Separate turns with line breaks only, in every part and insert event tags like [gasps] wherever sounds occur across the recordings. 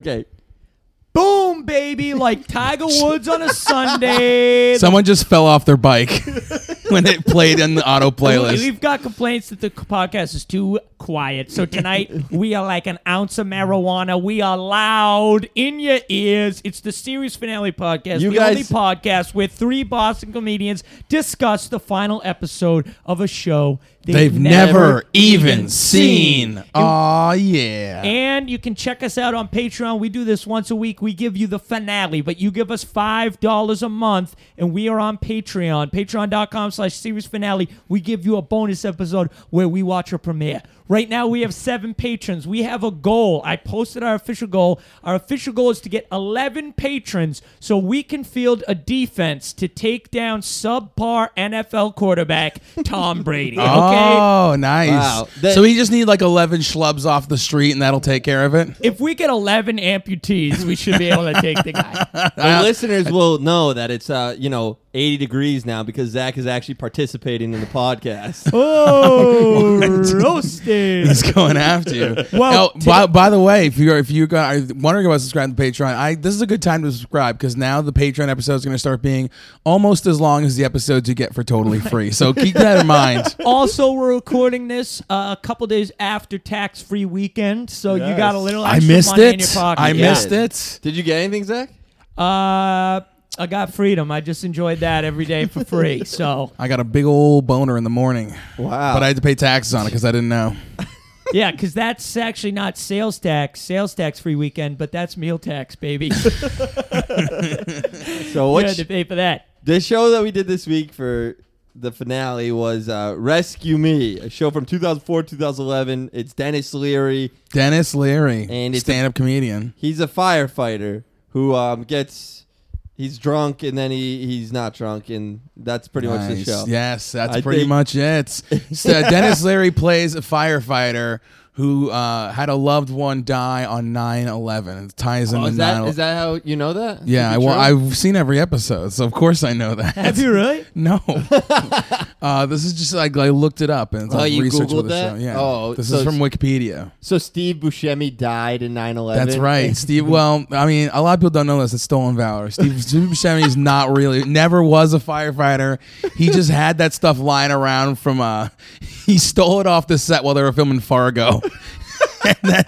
[laughs]
Okay. Boom, baby, like Tiger Woods on a [laughs]
[laughs]
Sunday.
Someone just fell off their bike [laughs] when it played in the auto
We-
playlist.
We've got complaints that the podcast is too quiet. So
[laughs]
tonight we are like an ounce of marijuana. We are loud in your ears. It's the series finale podcast,
You
the only
guys-
podcast where three Boston comedians discuss the final episode of a show
They've never even seen. Aw, yeah.
And you can check us out on Patreon. We do this once a week. We give you the finale, but you give us $5 a month, and we are on Patreon. Patreon.com slash series finale. We give you a bonus episode where we watch a premiere. Right now, we have seven patrons. We have a goal. I posted our official goal. Our official goal is to get 11 patrons so we can field a defense to take down subpar NFL quarterback Tom Brady. Okay?
Oh, nice.
Wow. That-
so we just need like 11 schlubs off the street and that'll take care of it? [laughs]
If we get 11 amputees, we should be able to take the guy.
The listeners will know that it's uh, you know 80 degrees now because Zach is actually participating in the podcast.
[laughs]
[laughs]
Oh, roasted.
He's going after you.
Well,
Well, by, by the way, if you're if you got are wondering about subscribing to Patreon, I this is a good time to subscribe because now the Patreon episode is going to start being almost as long as the episodes you get for totally free. So keep that in mind.
Also, we're recording this uh, a couple days after tax-free weekend, so you got a little.
I
extra
missed
money In your
it.
pocket.
I
Yeah.
missed it.
Did you get anything, Zach?
Uh, I got freedom. I just enjoyed that every day for [laughs] free. So
I got a big old boner in the morning,
Wow.
but I had to pay taxes on it because I didn't know.
yeah, because that's actually not sales tax, sales tax free weekend, but that's meal tax, baby. [laughs]
so
you
what?
had to pay for that.
the show that we did this week for the finale was uh, Rescue Me, a show from 2004 2011. It's Dennis Leary.
Dennis Leary,
And it's a-
stand-up comedian.
He's a firefighter who um, gets he's drunk and then he he's not drunk and that's pretty much the
Nice.
show.
Yes, that's
I
pretty
think- [laughs]
much it. So Dennis Leary plays a firefighter who uh, had a loved one die on 9-11. It ties into
Oh, is
9
that is that how you know that?
yeah, I,
Is it
well,
true?
I've seen every episode, so of course I know that.
Have you really?
[laughs]
[laughs]
No. uh, this is just like I looked it up and it's
Oh,
like
you
research
Googled
with the
that?
show. Yeah.
Oh,
this
so
is from
it's-
Wikipedia.
So Steve Buscemi died in 9/11.
That's right, Steve. Well, I mean, a lot of people don't know this. It's stolen valor. Steve, Steve Buscemi is not really, never was a firefighter. He just had that stuff lying around from. Uh, [laughs] he stole it off the set while they were filming Fargo. [laughs] and, then,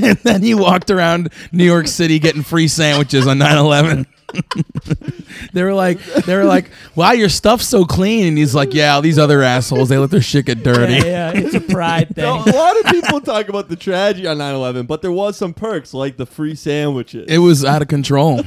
and then he walked around New York City getting free sandwiches on 9/11. [laughs] they were like, they were like, "Wow, your stuff's so clean." And he's like, "Yeah, all these other assholes, they let their shit get dirty."
Yeah, yeah, it's a [laughs] pride
Now,
thing.
a lot of people talk about the tragedy on 9/11, but there was some perks like the free sandwiches.
It was out of control.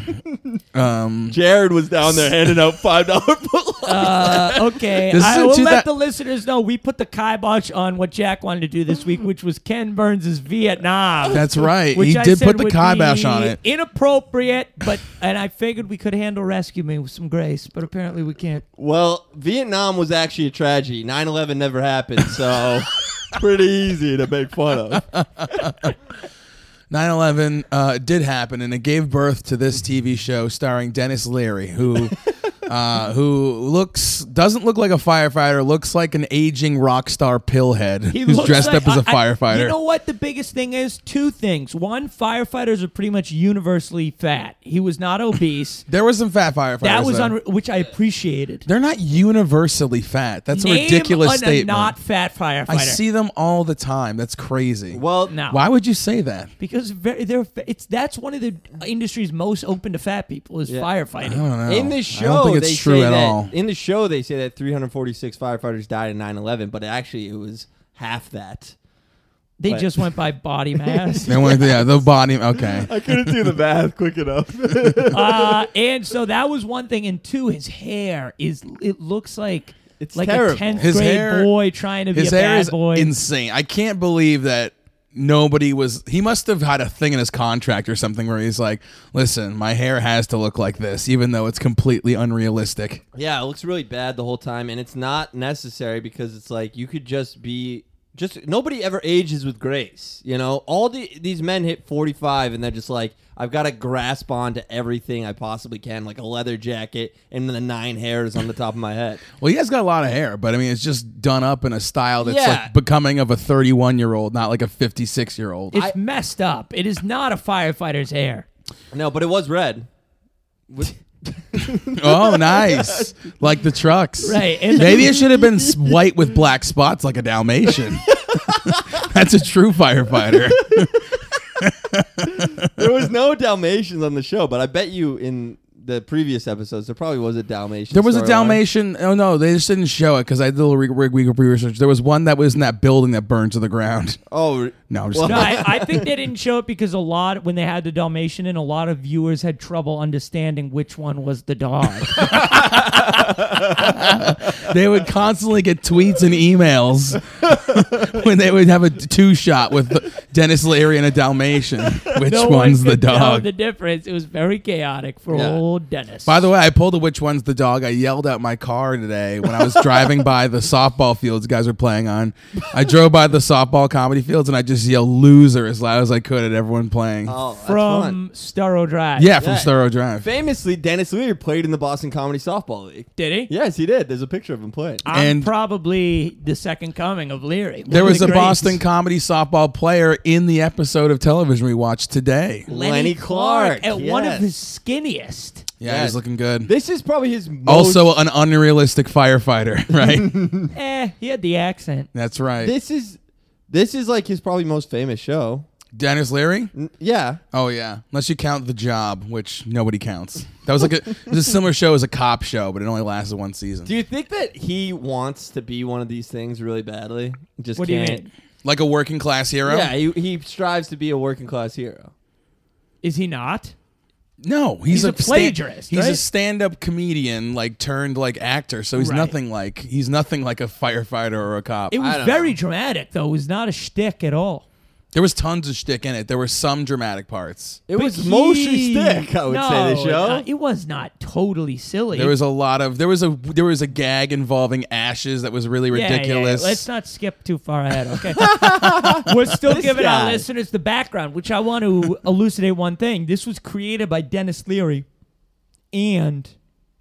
Um,
Jared was down there handing
[laughs]
out five dollar
Uh, okay,
This is
I
in
will
two
let
thou-
the listeners know we put the kibosh on what Jack wanted to do this week, which was Ken Burns' Vietnam.
That's right.
which
he
I
did
said
put the
would
kibosh on
be
it.
Inappropriate, but and I figured we could handle rescue me with some grace, but apparently we can't.
Well, Vietnam was actually a tragedy. 9/11 never happened,
[laughs]
so pretty easy to make fun of.
9/11 uh, did happen, and it gave birth to this TV show starring Dennis
[laughs]
Leary, who. Uh, who looks doesn't look like a firefighter? Looks like an aging rock star pillhead
He
who's
looks
dressed
like-
up as a
I- I-
firefighter.
you know what? The biggest thing is two things. One, firefighters are pretty much universally fat. He was not obese.
[laughs] there was some fat firefighters.
that was
though.
on which I appreciated.
They're not universally fat. That's a
Name
ridiculous
an- a
statement.
Not fat firefighter.
I see them all the time. That's crazy.
Well,
No.
Why would you say that?
Because very, they're it's that's one of the industries most open to fat people is
Yeah.
I
firefighting.
don't know.
in
Oh, I
the show,
don't think it's
they
true
say
at
that,
all.
In the show, they say that 346 firefighters died in 9/11, but actually it was half that.
They
But-
just went by
[laughs]
body mass.
They went- yeah, the body.
[laughs]
Okay.
I couldn't do the math quick enough. [laughs]
uh, and so that was one thing. And two, his hair is it looks like
It's
like a
terrible.
tenth
His
grade
hair-
boy trying to be
His
a
hair
bad
is
boy.
insane. I can't believe that nobody was. He must have had a thing in his contract or something where he's like, "Listen, my hair has to look like this, even though it's completely unrealistic."
yeah, it looks really bad the whole time, and it's not necessary because it's like you could just be just nobody ever ages with grace. You know, all the, these men hit 45 and they're just like, I've got to grasp on to everything I possibly can, like a leather jacket and the nine hairs on the top of my head.
Well, he has got a lot of hair, but I mean, it's just done up in a style that's
Yeah.
like becoming of a 31 year old, not like a 56 year old.
It's messed up. It is not a firefighter's hair.
No, but it was red.
[laughs] [laughs] Oh,
[laughs]
nice. Like the trucks.
Right, and-
Maybe it should have been s- white with black spots like a Dalmatian. [laughs] That's a true firefighter.
There was no Dalmatians on the show, but I bet you in the previous episodes there probably was a Dalmatian.
There was a
storyline.
Dalmatian. Oh, no, they just didn't show it because I did a little re- re- re- research. There was one that was in that building that burned to the ground. [laughs]
Oh, re-
No, I'm
[laughs]
just
No, I, I think
[laughs]
they didn't show it because a lot when they had the Dalmatian and a lot of viewers had trouble understanding which one was the dog.
They would constantly get tweets and emails [laughs] when they would have a two shot with Dennis Leary and
[laughs]
a Dalmatian. Which
No one
one's the
could tell
dog?
the difference. It was very chaotic for
Yeah.
old Dennis.
By the way, I pulled a which one's the dog. I yelled at my car today when I was
[laughs]
driving by the softball fields guys were playing on. I drove by the softball comedy fields and I just yelled loser as loud as I could at everyone playing.
oh, that's fun.
from Starro Drive.
yeah, from
yeah.
Storo Drive.
Famously, Dennis Leary played in the Boston Comedy Softball League.
Did he?
Yes, he did. There's a picture of him playing.
I'm
And-
probably the second coming of Leary. One
There
of
was
the
a
greats.
Boston comedy softball player in the episode of television we watched today.
Lenny Clark,
at one of
yes.
his skinniest.
Yeah, he's
Yeah.
looking good.
This is probably his most,
oh,
Also, an unrealistic firefighter,
[laughs]
[laughs] right?
Eh, he had the accent.
That's right.
This is this is like his probably most famous show.
Dennis Leary?
N- yeah,
Oh yeah, unless you count the job, which nobody counts. That was
[laughs]
like a, it was a similar show as a cop show, but it only lasted one season.
Do you think that he wants to be one of these things really badly? Just
What do you
can't.
mean?
like a working class hero?
Yeah, he, he strives to be a working class hero.
Is he not?
No, he's,
He's a
sta-
plagiarist,
he's a
right?
stand-up comedian, like turned like actor. So he's
Right.
nothing like he's nothing like a firefighter or a cop.
It was
don't
very dramatic, though. It was not a shtick at all.
there was tons of shtick in it. There were some dramatic parts.
It
But
was
he-
mostly stick, I would say. The
No,
show.
no, it was not totally silly.
There was a lot of there was a there was a gag involving ashes that was really
Yeah, yeah, yeah.
ridiculous.
Let's not skip too far ahead, okay?
[laughs]
We're still giving
guy.
our listeners the background, which I want to elucidate one thing. This was created by Dennis Leary and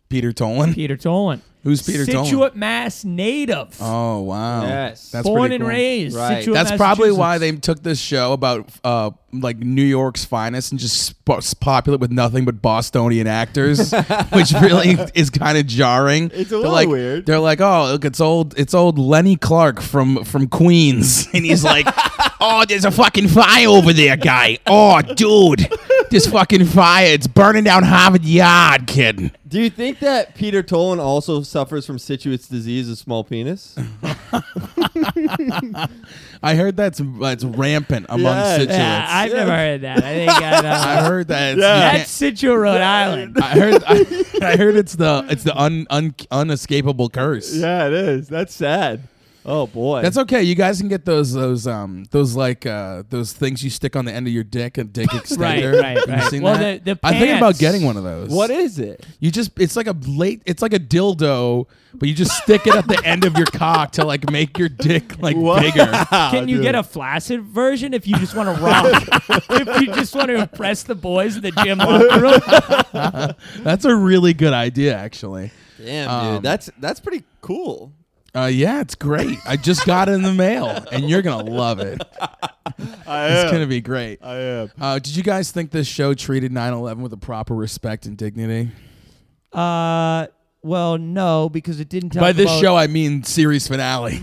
Peter Tolan.
Peter Tolan.
Who's Peter
Situate,
Tolan?
Mass native.
Oh wow!
Yes.
born
pretty
and
cool.
raised.
Right.
Situate,
That's probably why
Massachusetts.
they took this show about uh, like New York's finest and just sp- populate with nothing but
[laughs]
Bostonian actors, which really is kind of jarring.
It's a
They're
little
like,
weird.
They're like, oh, look, it's old, it's old Lenny Clark from from Queens, [laughs] and
[laughs]
he's like, oh, there's a fucking fire over there, guy. Oh, dude, this fucking fire, it's burning down Harvard Yard, kid.
Do you think that Peter Tolan also suffers from Situate's disease of small
[laughs]
penis?
I heard that's that's rampant among
Yes.
situates.
Yeah, I've never heard that. I think I know.
[laughs] I heard that. it's-
Yeah.
you can't-
That's Situate, Rhode Island.
I heard. I, [laughs] I heard it's the it's the un, un unescapable curse.
yeah, it is. That's sad. Oh boy.
That's okay. You guys can get those those um those like uh those things you stick on the end of your dick a dick extender.
[laughs] right,
Have you
right.
seen
Well,
that?
the- the
I think about
pants.
getting one of those.
what is it?
you just it's like a late it's like a dildo, but you just stick it at the end of your cock to like make your dick like bigger.
Can you
dude.
get a flaccid version if you just want to
[laughs]
rock? if you just want to impress the boys in the gym locker
[laughs]
room?
That's a really good idea, actually.
Damn,
Um,
dude. That's that's pretty cool.
Uh, yeah, it's great. I just got it in the mail, and you're gonna love it.
I
It's gonna be great.
I am.
Uh, did you guys think this show treated 9/11 with a proper respect and dignity?
Uh, well, no, because it didn't. Talk
By this
about-
show, I mean
[laughs]
series finale.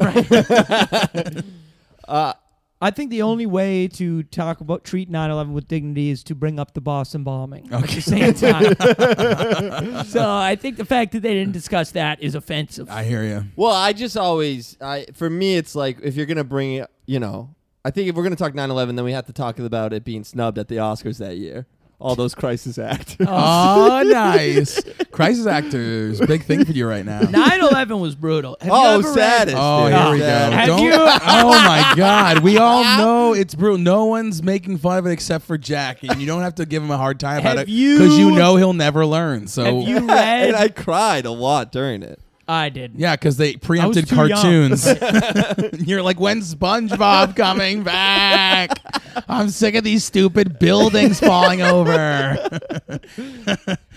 I think the only way to talk about treat 9/11 with dignity is to bring up the Boston bombing at
Okay.
the
[laughs]
same time. so I think the fact that they didn't discuss that is offensive.
I hear you.
Well, I just always, I for me, it's like if you're gonna bring it, you know, I think if we're gonna talk 9/11, then we have to talk about it being snubbed at the Oscars that year. All those [laughs] crisis actors. [laughs]
Oh, nice. Crisis actors, big thing for you right now.
9/11 was brutal. Have you
oh,
ever read-
saddest.
Oh,
dude.
here we go.
Have
Don't-
you-
oh my God!
[laughs]
We all know it's brutal. No one's making fun of it except for Jack, and you don't have to give him a hard time about
Have
it because you
[laughs]
you-
know he'll never learn. So
Have you
Yeah,
read?
and I cried a lot during it.
I did.
Yeah, because they preempted
too young.
cartoons. [laughs] You're like, when's SpongeBob coming back? I'm sick of these stupid buildings falling over.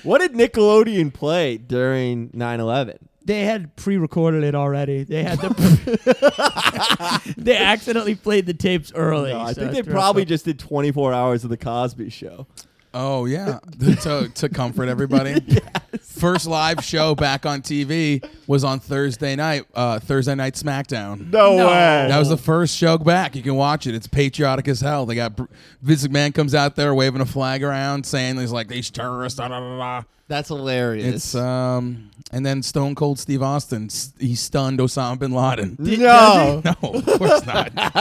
What did Nickelodeon play during 9/11?
They had pre-recorded it already. They had
[laughs]
the. [laughs] they accidentally played the tapes early.
No, I
so
think they
it's rough.
probably just did 24 hours of the Cosby Show.
[laughs] Oh yeah, to, to comfort [laughs] everybody. First live show back on TV was on Thursday night. Uh, Thursday night SmackDown.
No,
way.
That was the first show back. You can watch it. It's patriotic as hell. They got Br- Vince McMahon comes out there waving a flag around, saying he's like these terrorists. Da, da, da, da.
That's hilarious.
It's um, and then Stone Cold Steve Austin s- he stunned Osama bin Laden.
no,
[laughs] No, of course not.
[laughs]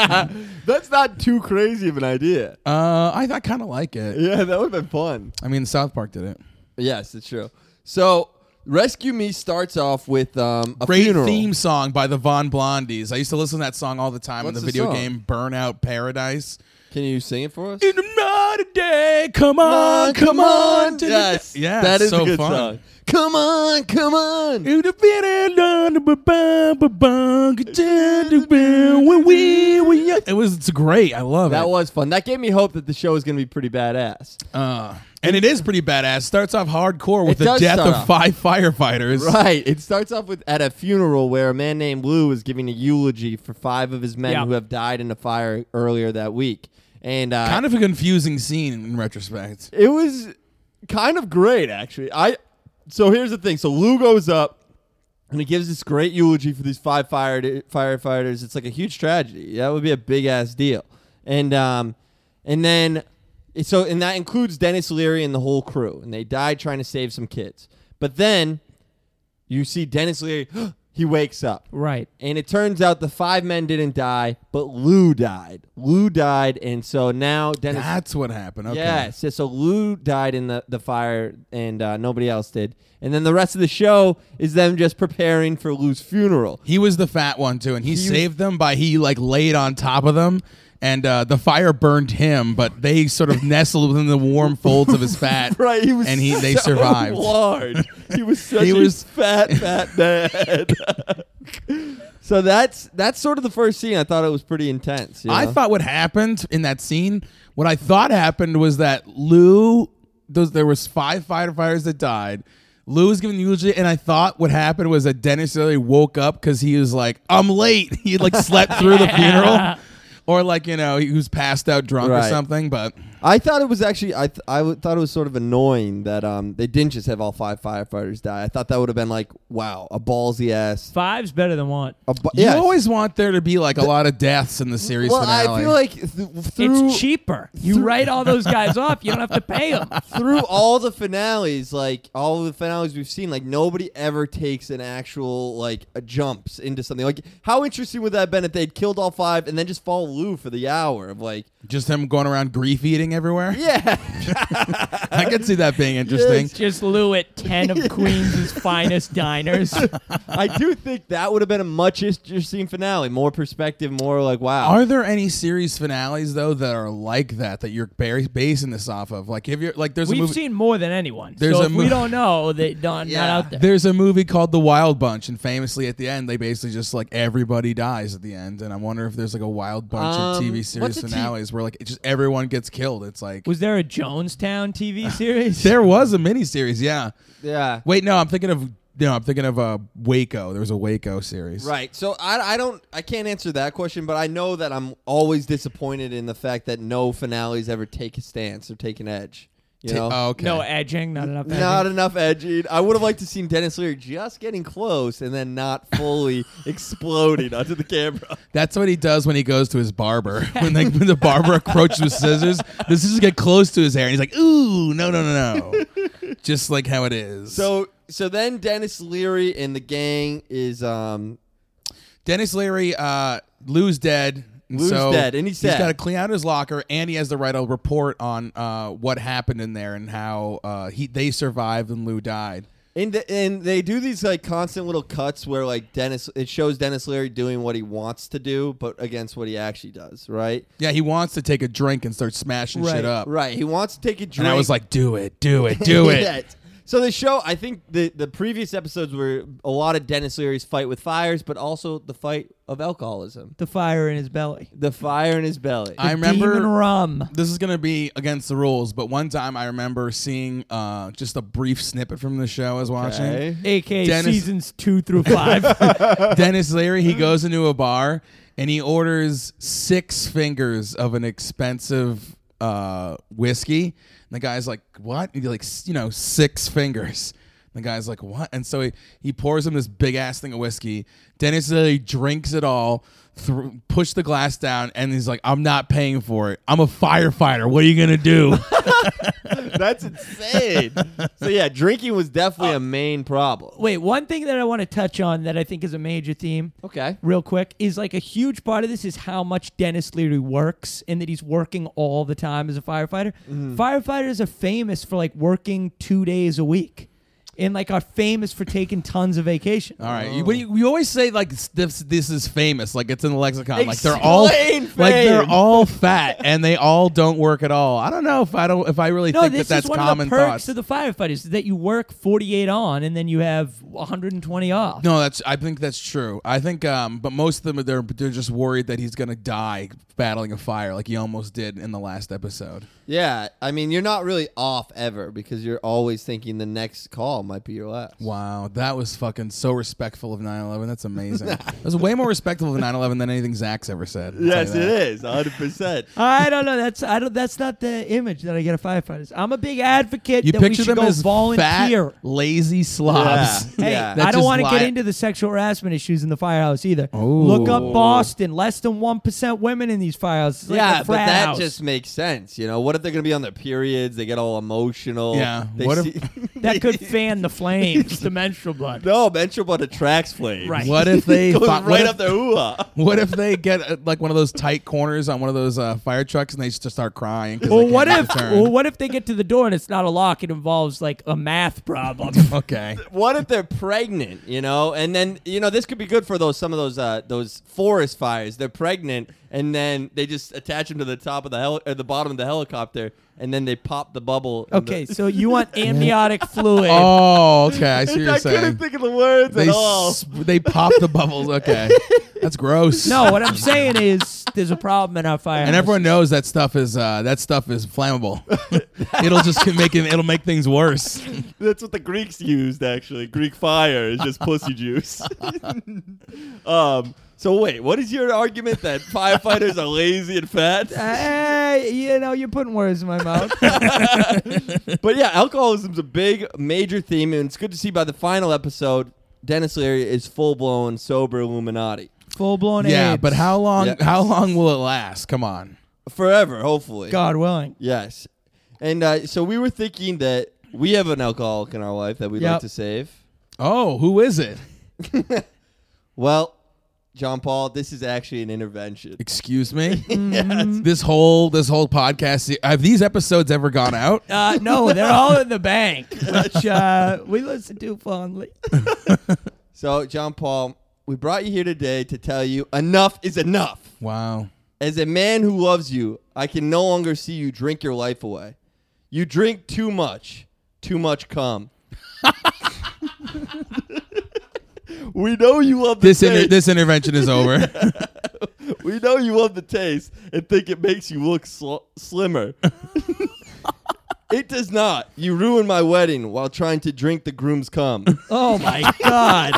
that's not too crazy of an idea.
Uh, I, I kind of like it.
Yeah, that would have been fun.
I mean, South Park did it.
Yes, it's true. So, Rescue Me starts off with um, a
Great
funeral.
theme song by the Von Blondies. I used to listen to that song all the time in
What's the
the video
song?
game Burnout Paradise.
Can you sing it for us?
In another day, come on, come on. to the-
Yes,
yeah,
that
it's
is
so
a good
fun.
song. Come on, come on.
In the very long, ba-bum, ba-bum, contender when we were young. It was it's great. I love
That
it.
was fun. That gave me hope that the show is going to be pretty badass.
Uh, and it is pretty badass. Starts off hardcore with
It
the
does
death
start
of
off-
five firefighters.
[laughs] Right. It starts off with at a funeral where a man named Lou is giving a eulogy for five of his men
Yeah.
who have died in a fire earlier that week, and uh,
Kind of a confusing scene in retrospect.
it was kind of great actually. I so here's the thing. So Lou goes up and he gives this great eulogy for these five fire firefighters. It's like a huge tragedy. That would be a big ass deal. And um, and then so and that includes Dennis Leary and the whole crew. And they died trying to save some kids. But then you see Dennis Leary. [gasps] he wakes up.
Right.
And it turns out the five men didn't die, but Lou died. Lou died, and so now Dennis
That's what happened. Okay.
Yes. yeah, So Lou died in the, the fire and uh, nobody else did. And then the rest of the show is them just preparing for Lou's funeral.
He was the fat one too, and he,
was-
saved them by he like laid on top of them, and uh, the fire burned him, but they sort of [laughs] nestled within the warm folds of his fat.
[laughs] Right. He was
and he they
so [laughs]
survived.
Large. He
[laughs]
was such
He
a
was- [laughs]
fat, fat man. [laughs] so that's that's sort of the first scene. I thought it was pretty intense. you
I
know?
thought what happened in that scene, what I thought happened was that Lou, those there was five firefighters that died. Lou was giving the eulogy, and I thought what happened was that Dennis really woke up because he was like, "I'm late." [laughs] He like slept through
[laughs]
the funeral, or like you know he was passed out drunk or
Right.
something. But
I thought it was actually I th- I w- thought it was sort of annoying that um they didn't just have all five firefighters die. I thought that would have been like wow a ballsy ass.
Five's better than one.
A bu-
You
yes.
always want there to be like a lot of deaths in the series
Well,
finale.
I feel like th- through
it's cheaper. You write all those
[laughs]
guys off. You don't have to pay them.
through all the finales, like all the finales we've seen, like nobody ever takes an actual like a jumps into something. Like how interesting would that have been if they'd killed all five and then just follow Lou for the hour of like
just him going around grief eating everywhere.
yeah
[laughs] I could see that being interesting.
Just Lou at ten
[laughs]
of Queens' finest diners.
I do think that would have been a much interesting finale, more perspective, more like wow.
Are there any series finales though that are like that that you're bar- basing this off of? Like if you're like there's a
We've
movie
seen more than anyone.
There's
so
a
if
mo-
we don't know, they don't not out there.
There's a movie called The Wild Bunch, and famously at the end, they basically just like everybody dies at the end. And I wonder if there's like a Wild Bunch of
Um,
TV
what's
series
a t-
finales where like it just everyone gets killed. It's like
Was there a Jonestown
[sighs]
TV series?
there was a miniseries, yeah.
yeah.
Wait, no, I'm thinking of no, I'm thinking of uh, Waco. There was a Waco series,
Right. So I, I don't I can't answer that question, but I know that I'm always disappointed in the fact that no finales ever take a stance or take an edge. You know?
Oh, okay.
No edging, not enough.
Not
edging.
enough edging. I would have liked to seen Dennis Leary just getting close and then not [laughs] fully exploding onto the camera.
That's what he does when he goes to his barber. [laughs] when, they, when the barber approaches with scissors, the scissors get close to his hair, and he's like, "Ooh, no, no, no,
[laughs]
no!" Just like how it is.
So so then Dennis Leary and the gang is um
Dennis Leary, uh, Lou's dead. and
Lou's
so
dead, and he's
he's
sad.
got to clean out his locker, and he has to write a report on uh, what happened in there and how uh, he they survived and Lou died.
and the, and they do these like constant little cuts where like Dennis it shows Dennis Leary doing what he wants to do but against what he actually does, right?
Yeah, he wants to take a drink and start smashing
Right,
shit up.
Right. He wants to take a drink. [laughs]
And I was like, "Do it, do it, do it."
Yes. So the show, I think the the previous episodes were a lot of Dennis Leary's fight with fires, but also the fight of alcoholism,
The fire in his belly.
the fire in his belly.
I remember
Demon rum.
this is gonna be against the rules, but one time I remember seeing uh, just a brief snippet from the show I was watching.
Okay.
AKA
Dennis-
seasons two through
[laughs]
five.
Dennis Leary, he goes into a bar and he orders six fingers of an expensive uh, whiskey. And the guy's like, "What?" He's like, "S- "You know, six fingers." And the guy's like, "What?" And so he, he pours him this big ass thing of whiskey. Dennis Leary drinks it all, thr push the glass down, and he's like, "I'm not paying for it. I'm a firefighter. What are you gonna do?"
That's insane. so yeah, drinking was definitely a main problem.
Wait, one thing that I want to touch on that I think is a major theme.
Okay.
real quick is like a huge part of this is how much Dennis Leary works and that he's working all the time as a firefighter.
Mm-hmm.
Firefighters are famous for like working two days a week and like are famous for taking tons of vacation.
All right. You, but you, you always say like s- this, this is famous, like it's in the lexicon. like they're all
Explain
like they're
fame.
all fat and they all don't work at all. I don't know if I don't if I really
No,
think
this
that that's
is one
common
of the perks
thoughts.
of the firefighters is that you work 48 on and then you have 120 off.
no, that's I think that's true. I think um but most of them are- they're they're just worried that he's going to die battling a fire like he almost did in the last episode.
Yeah, I mean you're not really off ever because you're always thinking the next call might be your last.
Wow, that was fucking so respectful of 9/11. That's
[laughs]
amazing. that was way more respectful of 9/11 than anything Zach's ever said. I'll tell you
Yes, it
that.
is 100. percent
I don't know. That's I don't. That's not the image that I get of firefighters. I'm a big advocate
You
that we
picture
should
them
go
as
volunteer.
fat, lazy slobs.
Yeah.
Hey,
Yeah.
That
I don't
just
want to
lie-
get into the sexual harassment issues in the firehouse either. Look up Boston. Less than 1% women in these firehouses. It's
[laughs]
like
yeah,
a
but
frat
that
house.
just makes sense. You know, what if they're gonna be on their periods? They get all emotional.
Yeah,
They
what if-
That
[laughs]
could fan the flames, the menstrual blood.
[laughs] no menstrual blood attracts flames.
Right.
[laughs]
What if they
Goes
fi- what,
right
if,
up their hoo-ha.
what if they get uh, like one of those tight corners on one of those uh, fire trucks and they just start crying? 'cause
Well,
they
what
can't
if?
make the turn?
Well, what if they get to the door and it's not a lock? It involves like a math
[laughs]
problem.
[laughs] okay,
What if they're pregnant, you know? And then, you know, this could be good for those some of those uh those forest fires. They're pregnant and then they just attach them to the top of the heli- or the bottom of the helicopter and then they pop the bubble. in [laughs]
Okay,
the-
so you want
[laughs]
amniotic fluid?
oh, okay, I see what you're
[laughs] I couldn't
saying.
think of the words
They
at all.
s- they pop the
[laughs]
bubbles. Okay, that's gross.
No, what I'm saying is there's a problem in our fire.
and everyone knows that stuff is uh, that stuff is
[laughs]
flammable. it'll just keep making it'll make things worse.
That's what the Greeks used, actually. Greek fire is just pussy juice. [laughs] um, so wait, what is your argument that firefighters are lazy and fat? [laughs]
Hey, you know you're putting words in my mouth.
[laughs]
But yeah, alcoholism's a big, major theme, and it's good to see by the final episode, Dennis Leary is full blown sober Illuminati
Full blown.
yeah, but how long?
Yeah.
How long will it last? Come on.
forever, hopefully.
God willing.
Yes, and uh, so we were thinking that we have an alcoholic in our life that we'd like
Yep.
to save.
Oh, who is it?
Well, John Paul, this is actually an intervention.
Excuse [laughs] me. This whole this whole podcast. Have these episodes ever gone out?
Uh, no, they're all in the bank, which uh, we listen to fondly.
So, John Paul, we brought you here today to tell you enough is enough.
[laughs] Wow.
As a man who loves you, I can no longer see you drink your life away. You drink too much, too much cum. [laughs] we know you love the
This
taste.
inter- this intervention is over. [laughs]
we know you love the taste and think it makes you look sl- slimmer. it does not. You ruined my wedding while trying to drink the groom's cum.
Oh my God!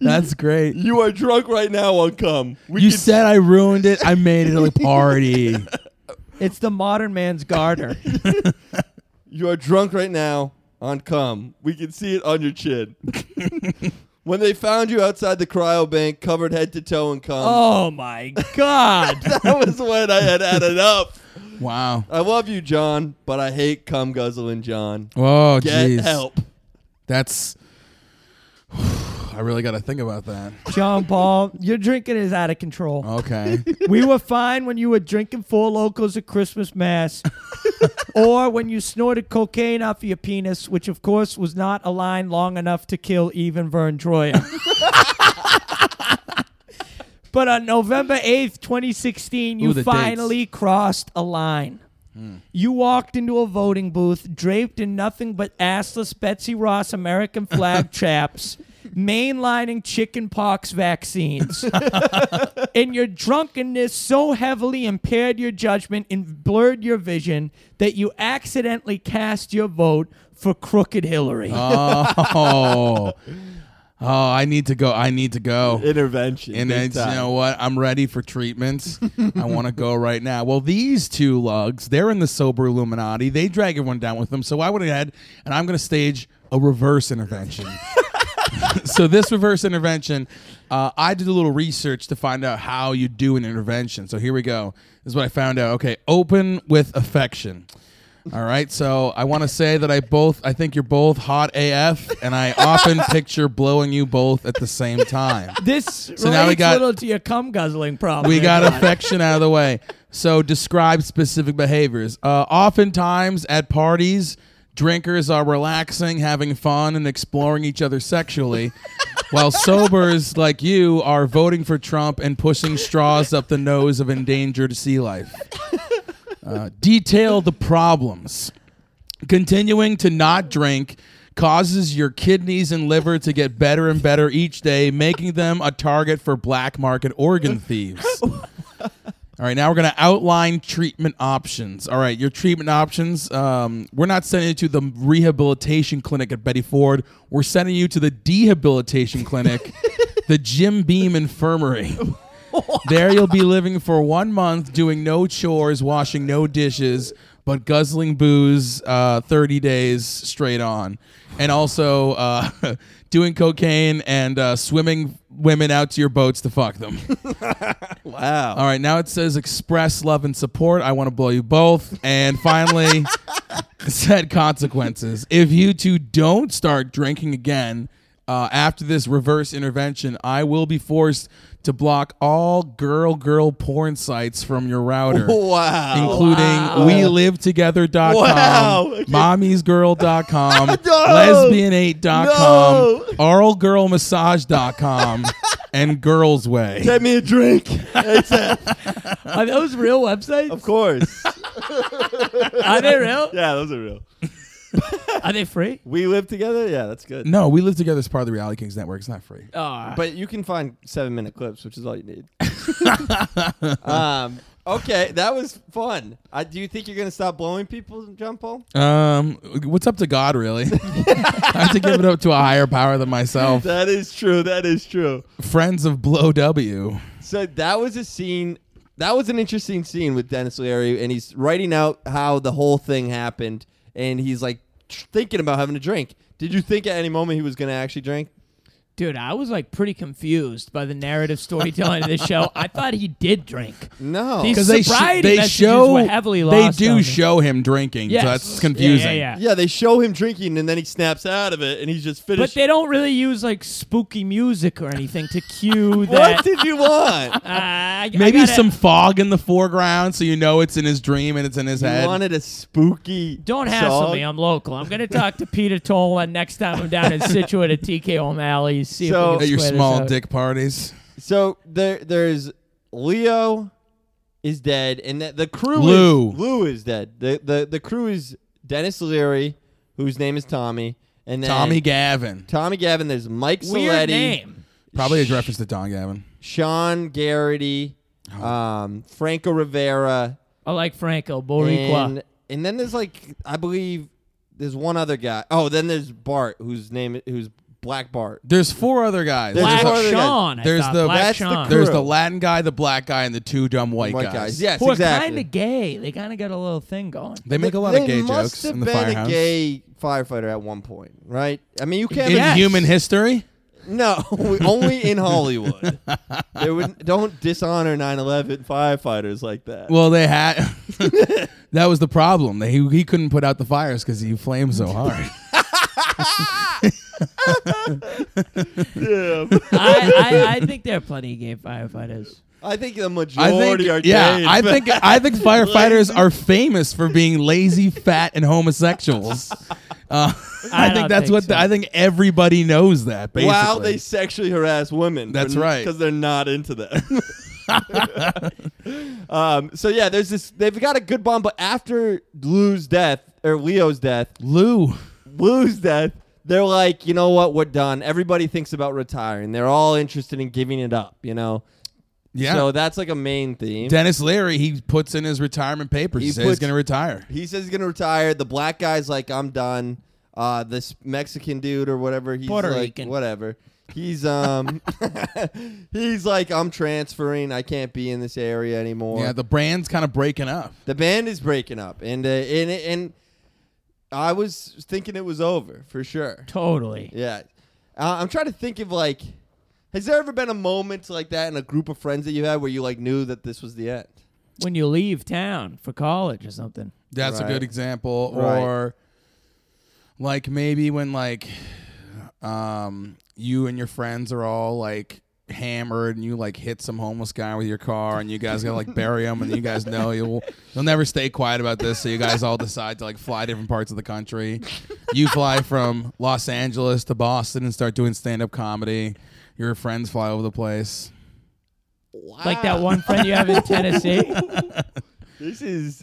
That's great.
you are drunk right now on cum. We
You
can-
said I ruined it. I made it [laughs] a party.
It's the modern man's garter.
You are drunk right now on cum. We can see it on your
[laughs]
chin. when they found you outside the cryo bank, covered head to toe in cum,
Oh my God!
[laughs] that was when I had had enough.
Wow.
I love you, John, but I hate cum guzzling, John.
Oh,
Get
jeez.
help.
That's. [sighs] I really got to think about that.
John Paul, your drinking is out of control.
Okay. [laughs]
[laughs] We were fine when you were drinking four locals at Christmas
[laughs]
mass, or when you snorted cocaine off of your penis, which of course was not a line long enough to kill even Vern
[laughs]
Troyer. But on November 8th, 2016, you
Ooh, the dates. Hmm.
finally crossed a line. You walked into a voting booth draped in nothing but assless Betsy Ross American
[laughs]
flag chaps, mainlining chicken pox vaccines.
[laughs]
and your drunkenness so heavily impaired your judgment and blurred your vision that you accidentally cast your vote for Crooked Hillary.
Uh-huh. Oh, oh, I need to go. I need to go.
Intervention.
Oh. And
big
it's, you
time.
know what? I'm ready for treatments.
[laughs]
I want to go right now. Well, these two lugs, they're in the sober Illuminati. They drag everyone down with them. So I went ahead and I'm going to stage a reverse intervention. [laughs] so this reverse intervention, uh, I did a little research to find out how you do an intervention. So here we go. This is what I found out. Okay, open with affection. All right, so I want to say that I both, I think you're both hot AF, and I
[laughs]
often picture blowing you both at the same time.
[laughs] This
So now we
relates
got-
little to your cum guzzling problem.
We got affection out of the way. So describe specific behaviors. Uh, oftentimes at parties, drinkers are relaxing, having fun, and exploring each other sexually, while sobers like you are voting for Trump and pushing straws up the nose of endangered sea life. Uh, detail the problems. Continuing to not drink causes your kidneys and liver to get better and better each day, making them a target for black market organ thieves. All right, now we're going to outline treatment options. All right, your treatment options. Um, we're not sending you to the rehabilitation clinic at Betty Ford. We're sending you to the dehabilitation clinic, the Jim Beam Infirmary. [laughs] There you'll be living for one month, doing no chores, washing no dishes, but guzzling booze uh, 30 days straight on. And also uh, [laughs] doing cocaine and uh, swimming women out to your boats to fuck them. [laughs]
wow.
All right, now it says express love and support. I want to blow you both. And finally,
[laughs]
said consequences. If you two don't start drinking again uh, after this reverse intervention, I will be forced to block all girl girl porn sites from your router.
Wow.
Including we live together.com,
Wow. [laughs]
mommiesgirl.com,
No.
lesbian8.com,
[laughs]
oralgirlmassage.com, and girls way.
Get me a
[laughs]
drink. That's it.
[laughs] Are those real websites?
Of course.
Are they
[laughs]
real?
Yeah, those are real.
Are they free?
We live together. Yeah, that's good.
No, we live together as part of the Reality Kings network. It's not free.
Oh,
But you can find seven minute clips, which is all you need.
[laughs]
um, okay, that was fun. I, do you think you're going to stop blowing people, John Paul?
Um, what's up to God, [laughs] really? I have to give it up to a higher power than myself.
That is true. That is true.
Friends of Blow W.
So that was a scene. That was an interesting scene with Dennis Leary, and he's writing out how the whole thing happened, and he's like tr- thinking about having a drink. Did you think at any moment he was going to actually drink?
dude, I was like pretty confused by the narrative storytelling of this
[laughs]
show. I thought he did drink.
No.
These-
Because they, sh-
Sobriety
they
messages
show
were heavily
they
lost on
do
me.
show him drinking,
Yes.
so that's confusing.
Yeah, yeah, yeah.
yeah, they show him drinking, and then he snaps out of it, and he's just
But
finished.
they don't really use like spooky music or anything to cue
[laughs]
what
that.
did you want?
I- I
Maybe
gotta-
some fog in the foreground, so you know it's in his dream and it's in his
You
head.
wanted a spooky.
Don't hassle
song?
me. I'm local. I'm gonna talk to Peter Tolan next time I'm down in Situate at TK O'Malley. See
So-
if we
at
can
your
square this
small
out.
dick parties.
So there, there's Leo is dead, and the, the crew
Lou.
is Lou is dead. The, the the crew is Dennis Leary, whose name is Tommy, and then
Tommy Gavin.
Tommy Gavin. There's Mike
Weird
Saletti,
name.
Probably a reference to Don Gavin.
Sean Garrity,
Oh.
um, Franco Rivera,
I like Franco
and
Boricua.
and then there's like I believe there's one other guy. Oh, then there's Bart, whose name who's Black Bart.
There's four other guys.
There's
Black
just one other guy.
Sean. I
There's
thought.
the-
Black
that's the
Sean.
There's
crew.
the Latin guy, the black guy, and the two dumb white,
White
guys.
guys. Yes,
who are
exactly.
kind of gay. They kind of got a little thing going.
They make a lot of
They
gay
must
jokes
have
in the
been
firehouse.
a gay firefighter at one point, right? I mean, you can't.
in
Yes.
human history?
[laughs] No, only in Hollywood. There would, don't dishonor 9/11 firefighters like that.
Well,
[laughs]
they had. that was the problem. They, he, he couldn't put out the fires because he
[laughs]
flamed so hard.
I, I, I think there are plenty of gay firefighters.
I think the
I
majority
think,
are
yeah,
gay.
I think I
[laughs]
think firefighters are famous for being lazy, fat,
[laughs]
and homosexuals. Uh,
I
I, think
don't
that's
think
what
so.
the, I think everybody knows that. [laughs] Basically,
While they sexually harass women,
That's right.
because they're not into them. [laughs] um, so yeah, there's this. They've got a good bond, but after Lou's death or Leo's death,
Lou.
Lou's death, they're like, you know what? We're done. Everybody thinks about retiring. They're all interested in giving it up. You know.
Yeah.
So that's like a main theme.
Dennis Leary, he puts in his retirement papers. He,
He
says he's
puts-
going to retire.
he says he's gonna retire. The black guy's like, I'm done. Uh, this Mexican dude or whatever, he's
Puerto
like,
Rican.
whatever. He's um, [laughs] he's like, I'm transferring. I can't be in this area anymore.
Yeah, the brand's kind of breaking up.
the band is breaking up, and uh, and and I was thinking it was over for sure.
Totally.
Yeah, uh, I'm trying to think of like, has there ever been a moment like that in a group of friends that you had where you like knew that this was the end?
When you leave town for college or something.
That's a
Right.
good example.
Right.
Or like maybe when like um you and your friends are all like hammered and you like hit some homeless guy with your car and you guys gotta like bury him and you guys know you'll you'll never stay quiet about this so you guys all decide to like fly different parts of the country you fly from los angeles to boston and start doing stand-up comedy your friends fly over the place
Wow.
Like that one friend you have in Tennessee.
[laughs] This is,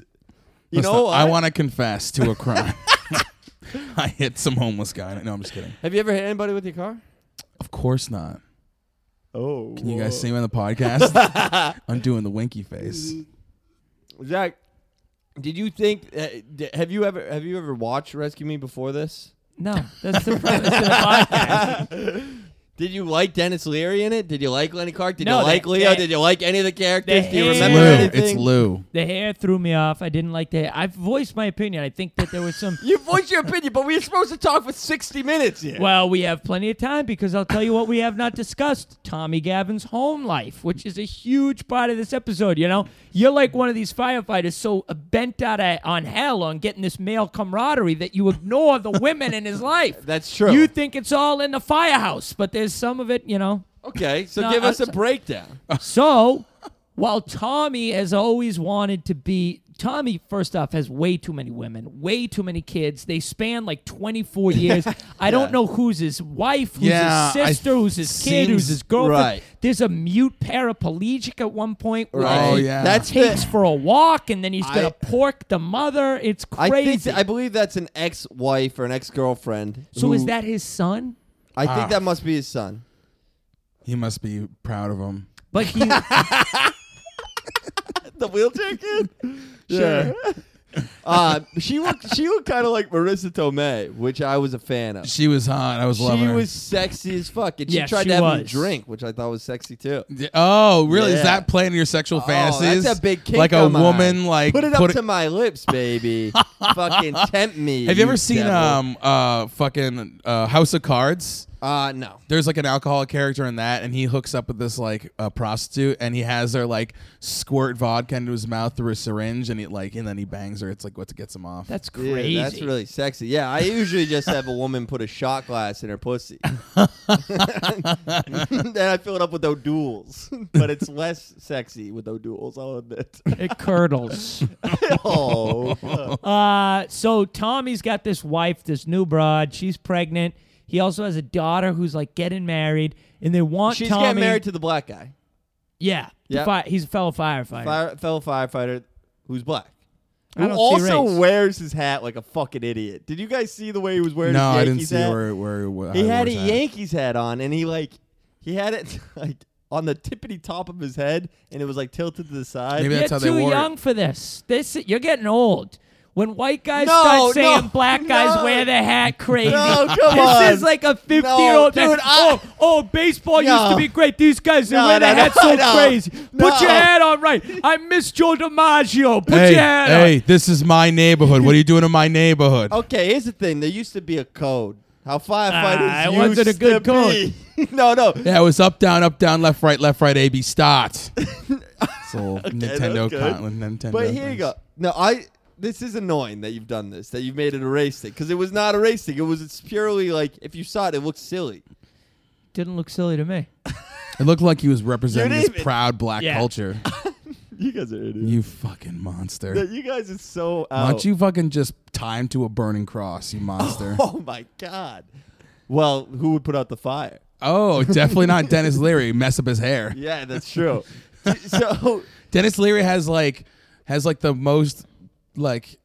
you
Listen,
know,
i
what?
want to confess to a crime [laughs] i hit some homeless guy no i'm just kidding
Have you ever hit anybody with your car?
Of course not.
Oh.
Can you guys see me on the podcast?
[laughs]
I'm doing the winky face.
Zach, did you think? Uh, d- have you ever have you ever watched Rescue Me before this?
No, that's the premise of the podcast.
Did you like Dennis Leary in it? Did you like Lenny Clark? Did
No,
you like
they-
Leo?
they-
Did you like any of the characters?
they
Do you
hate-
remember
Lou.
anything?
It's Lou.
The hair threw me off. I didn't like the hair. I voiced my opinion. I think that there
[laughs]
was some.
You voice your opinion, but we're supposed to talk for sixty minutes here.
Well, we have plenty of time because I'll tell you what we have not discussed Tommy Gavin's home life, which is a huge part of this episode. You know, you're like one of these firefighters so bent out of, on hell on getting this male camaraderie that you ignore the women
[laughs]
in his life.
That's true.
You think it's all in the firehouse, but there's some of it, you know.
okay, so
No,
give
I'm
us a
so-
breakdown.
So, while Tommy has always wanted to be. Tommy, first off, has way too many women, way too many kids. They span like 24 years. I don't know who's his wife, who's
Yeah, I-
his sister, who's his kid, who's
seems-
his girlfriend.
right.
There's a mute paraplegic at one point where
Right. Oh,
he
yeah.
That's
takes
the,
for a walk and then he's
I-
going to pork the mother. It's
I
crazy.
think I believe that's an ex-wife or an ex-girlfriend.
so, is
who-
that his son?
I think
Ah.
that must be his
[laughs]
son.
He must be proud of him.
But he.
the wheelchair kid. Sure. [laughs] uh, she looked she looked kind of like Marissa Tomei, which I was a fan of. She,
She was hot. I was loving her.
was sexy as fuck, and she
Yeah,
tried
she
to have him
was.
drink, which I thought was sexy too.
D- Oh, really? Is
Yeah. Oh,
that playing to your sexual fantasies?
that's a big kink
like a
of mine.
woman. Like
put it up to my lips,
[laughs]
baby. Fucking tempt me.
Have you ever seen
devil.
um uh fucking uh, House of Cards?
Uh, no.
There's like an alcoholic character in that, and he hooks up with this like uh, prostitute, and he has her like squirt vodka into his mouth through a syringe, and he like, and then he bangs her. It's like what gets him off.
That's
Yeah,
crazy.
that's really sexy. Yeah, I usually just have a woman put a shot glass in her pussy. [laughs] then I fill it up with O'Doul's. [laughs] but it's less sexy with O'Doul's, I'll admit.
it curdles.
oh. God.
Uh, so Tommy's got this wife, this new broad. She's pregnant. He also has a daughter who's like getting married, and they
[laughs]
want
She's
Tommy.
getting married to the black guy,
yeah, the
Yep.
fi- he's a fellow firefighter.
fire, fellow firefighter who's black.
I
Who
don't see
also
race.
wears his hat like a fucking idiot. Did you guys see the way he was wearing
no,
his
I
Yankees
didn't see
hat?
where where, where
he
I
had a
was at.
Yankees hat on, and he like he had it [laughs] like on the tippity top of his head, and it was like tilted to the side.
Maybe
You're
that's how they
too
wore it.
young for this. This you're getting old. When white guys
No,
start saying
no,
black guys
no.
wear the hat crazy.
No, come
this
on.
is like a 50 year old.
No, dude, I-
oh, oh, baseball used
No.
to be great. These guys, they
No,
wear the
no, no,
hats so
no,
crazy. Put
no.
your hat on right. I miss Joe DiMaggio. Put
hey,
your hat on.
hey, this is my neighborhood. What are you doing in my neighborhood?
Okay, here's the thing. There used to be a code. How firefighters
Ah, it
used
wasn't a good
to be. [laughs] no, no.
Yeah, it was up, down, up, down, left, right, left, right, A,
[laughs]
B, start. It's a little Nintendo,
good.
con- Nintendo.
But here you
things.
go. No, I. This is annoying that you've done this. That you've made it a race thing because it was not a race thing. It was it's purely like if you saw it, it looked silly.
Didn't look silly to me.
It looked like he was representing
You
his
didn't even-
proud black
Yeah.
[laughs]
culture.
You guys are idiots.
You fucking monster.
You, guys are so
Why
out.
don't you fucking just tie him to a burning cross, you monster?
[laughs] Oh my god. Well, who would put out the fire?
Oh, definitely not Dennis Leary. Mess up his hair.
[laughs]
Yeah, that's true. so
Dennis Leary has like has like the most like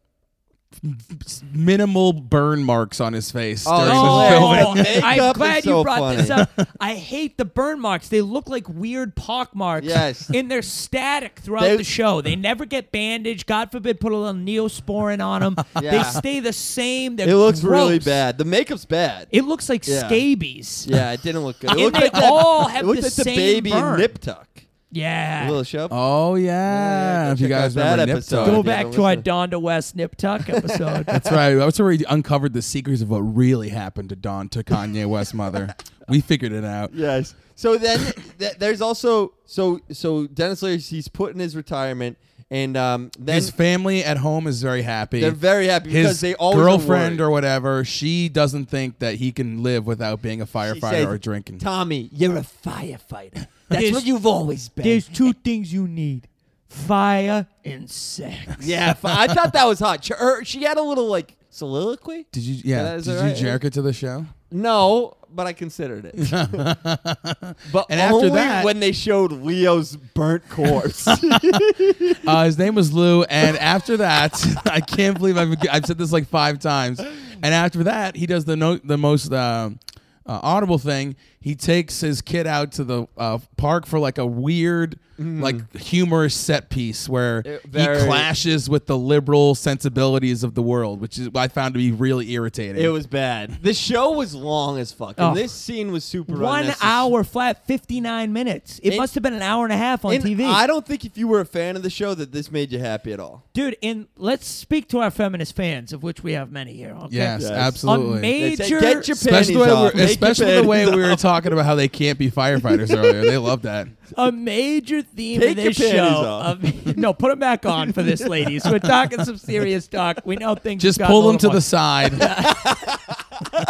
minimal burn marks on his face
Oh,
during
oh,
this
oh,
film.
[laughs] makeup
I'm
is
glad you
so
brought this
funny.
up. I hate the burn marks. They look like weird pock marks.
Yes.
And they're static throughout
They-
the show. They never get bandaged. God forbid, put a little neosporin
[laughs]
on them. They
Yeah.
stay the same. They're
it looks
gross.
really bad. The makeup's bad.
It looks like
Yeah.
scabies. Yeah.
yeah, it didn't look good. It
And
looked
they
like that-
all have
it looked
the
like the
same
baby
burn.
nip tuck. Will it show? up?
Oh yeah,
Yeah, yeah,
if you
check out
guys
that
remember Nip
episode.
Tuck.
Go
Yeah, [laughs]
back
what's
to our
the-
Donda West
[laughs]
Nip Tuck episode.
That's right. That's where we uncovered the secrets of what really happened to Don to Kanye West's mother. we figured it out.
Yes. So then th- there's also so so Dennis Leary he's put in his retirement and um then
His family at home is very happy.
they're very happy
His
because they always
girlfriend
are
or
worried.
whatever, she doesn't think that he can live without being a
She
firefighter
says,
or drinking.
Tommy, you're a firefighter. That's
There's-
what you've always been.
There's two things you need fire and sex.
yeah, fi- I thought that was hot. She, her- she had a little like soliloquy.
Did you? Yeah.
Is
Did
that
you
right?
jerk it to the show?
No, but I considered it.
[laughs]
but
And after
only
that-
when they showed Leo's burnt corpse.
[laughs] Uh, his name was Lou, and after that, [laughs] I can't believe I've, I've said this like five times. And after that, he does the no, the most um uh, audible thing. He takes his kid out to the uh, park for like a weird, like humorous set piece where
Mm-hmm. It-
he
very-
clashes with the liberal sensibilities of the world, which is I found to be really irritating.
[laughs] it was bad. The show was long as fuck,
Oh.
and this scene was super
One
unnecessary.
hour flat, 59 minutes. It,
It-
must have been an hour and a half on
And
TV.
I don't think if you were a fan of the show that this made you happy at all.
Dude, and let's speak to our feminist fans, of which we have many here. Okay?
yes,
Yes.
absolutely.
On May-
They say,
Major-
Get your panties
Especially, the way
off.
we're-
Take your
especially the way
panties [laughs]
we were
off."
talking about how they can't
[laughs]
be firefighters earlier. They love that.
A major theme
Take
of
your
this
panties
show.
off.
Of, [laughs] no, put them back on for this, ladies. We're talking some serious talk. We know things.
Just
have
pull them
gotten
to
a
the
little
side.
more-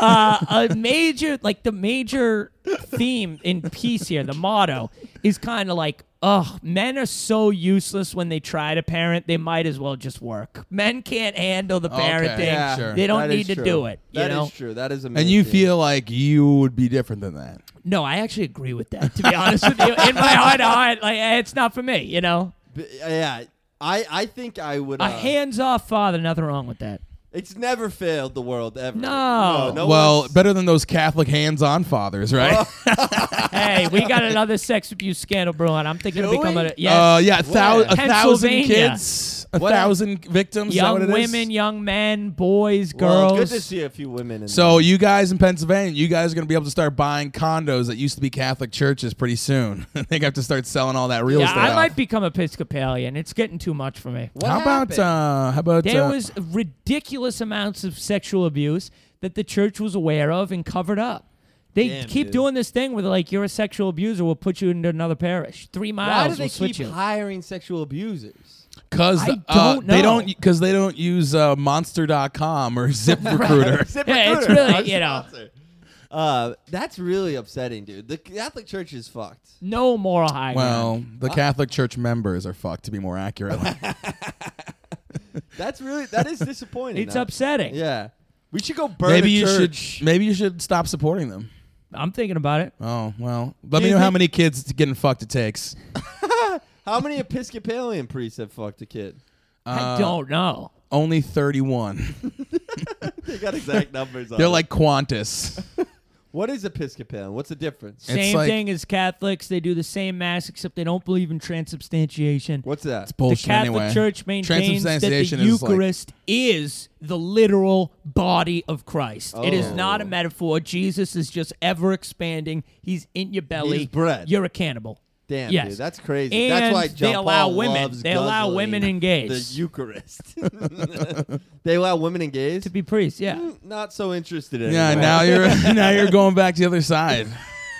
Uh, a major, like the major theme in peace here, the motto is kind of like, "Ugh, men are so useless when they try to parent. They might as well just work. Men can't handle the
Okay,
parenting.
yeah, sure.
They don't
That is
need to
true.
do it.
That
you
is
know?
true. That is amazing.
And you feel like you would be different than that.
No, I actually agree with that. To be honest with you, in my heart, of heart, like eh, it's not for me. You know,
B- yeah. I, I think I would.
a
Uh,
hands-off father, nothing wrong with that.
it's never failed the world ever.
No.
no, no
well,
one's-
better than those Catholic hands-on fathers, right?
Oh,
[laughs]
hey, we got another sex abuse scandal brewing. I'm thinking of
Do
becoming
we?
a yes.
Uh, yeah, a, thou- a thousand
Pennsylvania.
kids, a
What-
thousand victims. is that
young
what it is?
women, young men, boys,
Well,
girls.
Good to see a few women. In
So you guys in Pennsylvania, you guys are going to be able to start buying condos that used to be Catholic churches pretty soon. [laughs] I think I have to start selling all that real
yeah,
estate.
I
off.
might become Episcopalian. It's getting too much for me.
What
how about
happened?
uh, how about
There
uh,
was ridiculous amounts of sexual abuse that the church was aware of and covered up. They
Damn,
keep
dude.
doing this thing with like you're a sexual abuser, we'll put you into another parish. Three miles,
why do they
we'll switch
keep
you.
hiring sexual
[laughs]
abusers?
cuz
I
uh,
don't
they
know.
don't cuz they don't use uh,
[laughs]
monster.com or ZipRecruiter.
Zip
Yeah, it's
recruiter.
really,
Our
you know.
sponsor. Uh, that's really upsetting, dude. The Catholic Church is fucked.
No moral high ground.
well, the Catholic church members are fucked to be more accurate.
That's really that
[laughs]
is disappointing.
it's
though.
upsetting.
Yeah, we should go burn.
maybe
a
you
church.
should maybe you should stop supporting them.
I'm thinking about it.
Oh well, let
Do
me
you
know how
think-
many kids t- getting fucked it takes.
How many Episcopalian priests have fucked a kid? [laughs]
I
Uh,
don't know.
Only thirty-one.
They got exact numbers. on
They're
it.
[laughs]
like Qantas.
what is Episcopalian? What's the difference?
It's
Same
like-
thing as Catholics. They do the same mass, except they don't believe in transubstantiation.
What's that?
Bullshit.
the Catholic
anyway.
Church maintains that the
Transubstantiation is like-
Eucharist is the literal body of Christ. It is
Oh.
not a metaphor. Jesus is just ever expanding. He's in your belly.
He's bread.
You're a cannibal.
Damn,
yes.
dude, that's crazy.
And
that's why John
they allow
Paul
women.
loves
they allow
guzzling
women and gays
The Eucharist. they allow women and gays.
to be priests.
Mm.
Yeah.
Not so interested in.
yeah, now you're
[laughs]
now you're going back to the other side.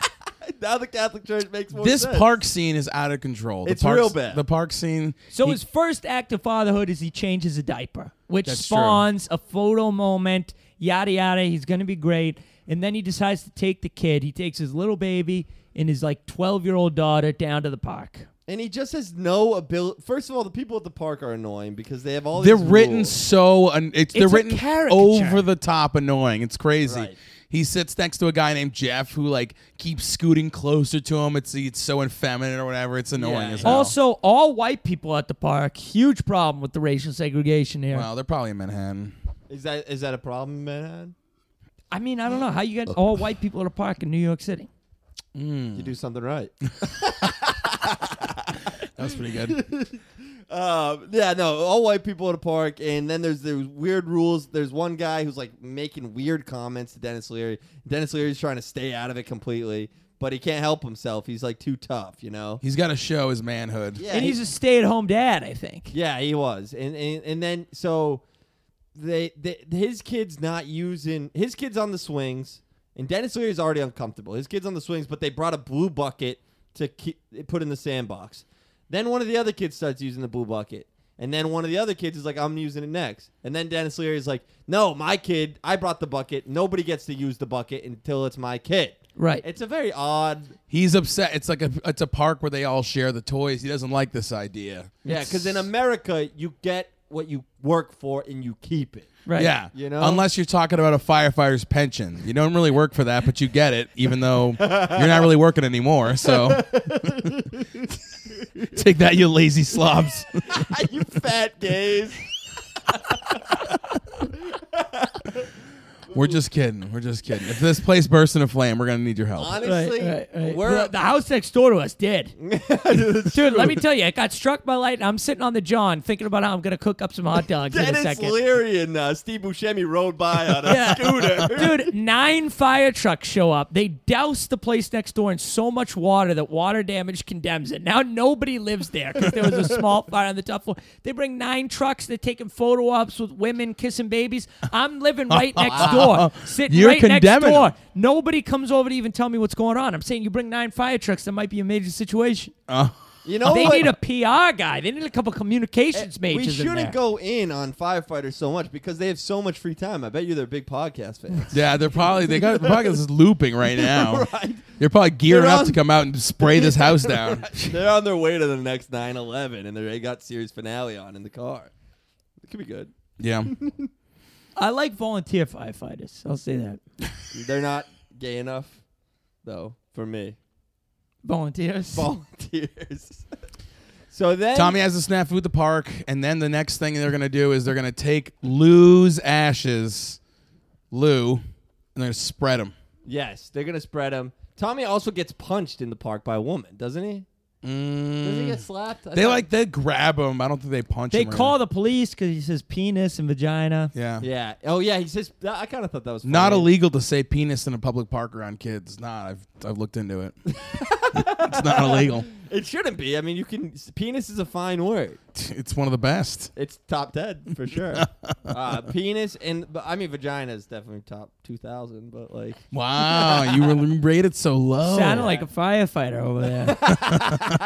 [laughs] now the Catholic Church makes more
this
sense.
park scene is out of control. The
It's
park-
real bad.
The park scene.
So his first act of fatherhood is he changes a diaper, which
That's true.
spawns a photo moment, yada yada. He's gonna be great, and then he decides to take the kid. He takes his little baby and his like twelve-year-old daughter down to the park.
and he just has no ability. First of all, the people at the park are annoying because they have all.
They're
these
written
rules.
so un- it's, they're
It's a
written
caricature.
over the top annoying. It's crazy.
Right.
He sits next to a guy named Jeff who like keeps scooting closer to him. It's it's so effeminate or whatever. It's annoying
Yeah,
as
yeah.
hell.
Also, all white people at the park. Huge problem with the racial segregation here.
well, they're probably in Manhattan.
Is that is that a problem, man?
I mean, I don't know how you get all white people at a park in New York City.
You do something right.
That was
[laughs]
pretty good.
Um, yeah, no, all white people at a park, and then there's there's weird rules. There's one guy who's like making weird comments to Dennis Leary. Dennis Leary's trying to stay out of it completely, but he can't help himself. He's like too tough, you know.
He's got to show his manhood.
Yeah,
and
he-
he's a stay-at-home dad, I think.
Yeah, he was, and and, and then so they, they his kid's not using his kid's on the swings, and Dennis Leary's already uncomfortable. His kid's on the swings, but they brought a blue bucket to keep, put in the sandbox. Then one of the other kids starts using the blue bucket. And then one of the other kids is like, I'm using it next. And then Dennis Leary's like, No, my kid, I brought the bucket. Nobody gets to use the bucket until it's my kid.
Right.
It's a very odd
He's upset. It's like a it's a park where they all share the toys. He doesn't like this idea.
Yeah, because in America, you get what you work for and you keep it.
Right.
Yeah,
You know?
unless you're talking about a firefighter's pension, you don't really work for that, but you get it, even though you're not really working anymore. So [laughs] take that, you lazy slobs.
[laughs] you fat gays.
We're just kidding. We're just kidding. If this place bursts into flame, we're gonna need your help.
Right,
Honestly,
right, right.
we're
[laughs] The, the house next door to us did.
Dennis
Dude, let me tell you, I got struck by lightning. I'm sitting on the john thinking about how I'm going to cook up some hot dogs in a second.
Leary and uh, Steve Buscemi rode by on a
[laughs] Yeah.
scooter.
Dude, nine fire trucks show up. They douse the place next door in so much water that water damage condemns it. Now nobody lives there because there was a small fire on the top floor. They bring nine trucks. They're taking photo ops with women kissing babies. I'm living right next door, sitting
You're
right
condemning
next door.
them.
Nobody comes over to even tell me what's going on. I'm saying you bring nine fire trucks, that might be a major situation.
You know
they
what?
need a PR guy. They need a couple communications majors.
Oh, Eh, we
in there.
shouldn't go in on firefighters so much because they have so much free time. I bet you they're big podcast [laughs] fans.
Yeah, they're probably they got probably this is looping right now.
[laughs] Right.
They're probably gearing
They're
up
on-
to come out and spray this house
[laughs]
down.
they're on their way to the next 9-11, and they got series finale on in the car. It could be good.
Yeah,
I like volunteer firefighters. I'll say that.
They're not gay enough, though, for me. [laughs]
Volunteers.
Volunteers. so then
Tommy has a snafu at the park, and then the next thing they're gonna do is they're gonna take Lou's ashes, Lou, and they're gonna spread them.
Yes, they're gonna spread him. Tommy also gets punched in the park by a woman, doesn't he? Does he get slapped? I
Mm. They
thought-
like they grab him. I don't think they punch
They
him.
call the police because he says penis and vagina.
yeah.
Yeah. Oh yeah. He says. I kind of thought that was funny.
Not illegal to say penis in a public park around kids. Nah, I've I've looked
[laughs]
into it. it's not illegal.
It shouldn't be. I mean, you can. Penis is a fine word.
It's one of the best.
It's top ten
[laughs]
for sure. uh, penis and but, I mean vagina is definitely top two thousand. But like,
Wow, you were rated so low.
Sounded like a firefighter over
[laughs]
there.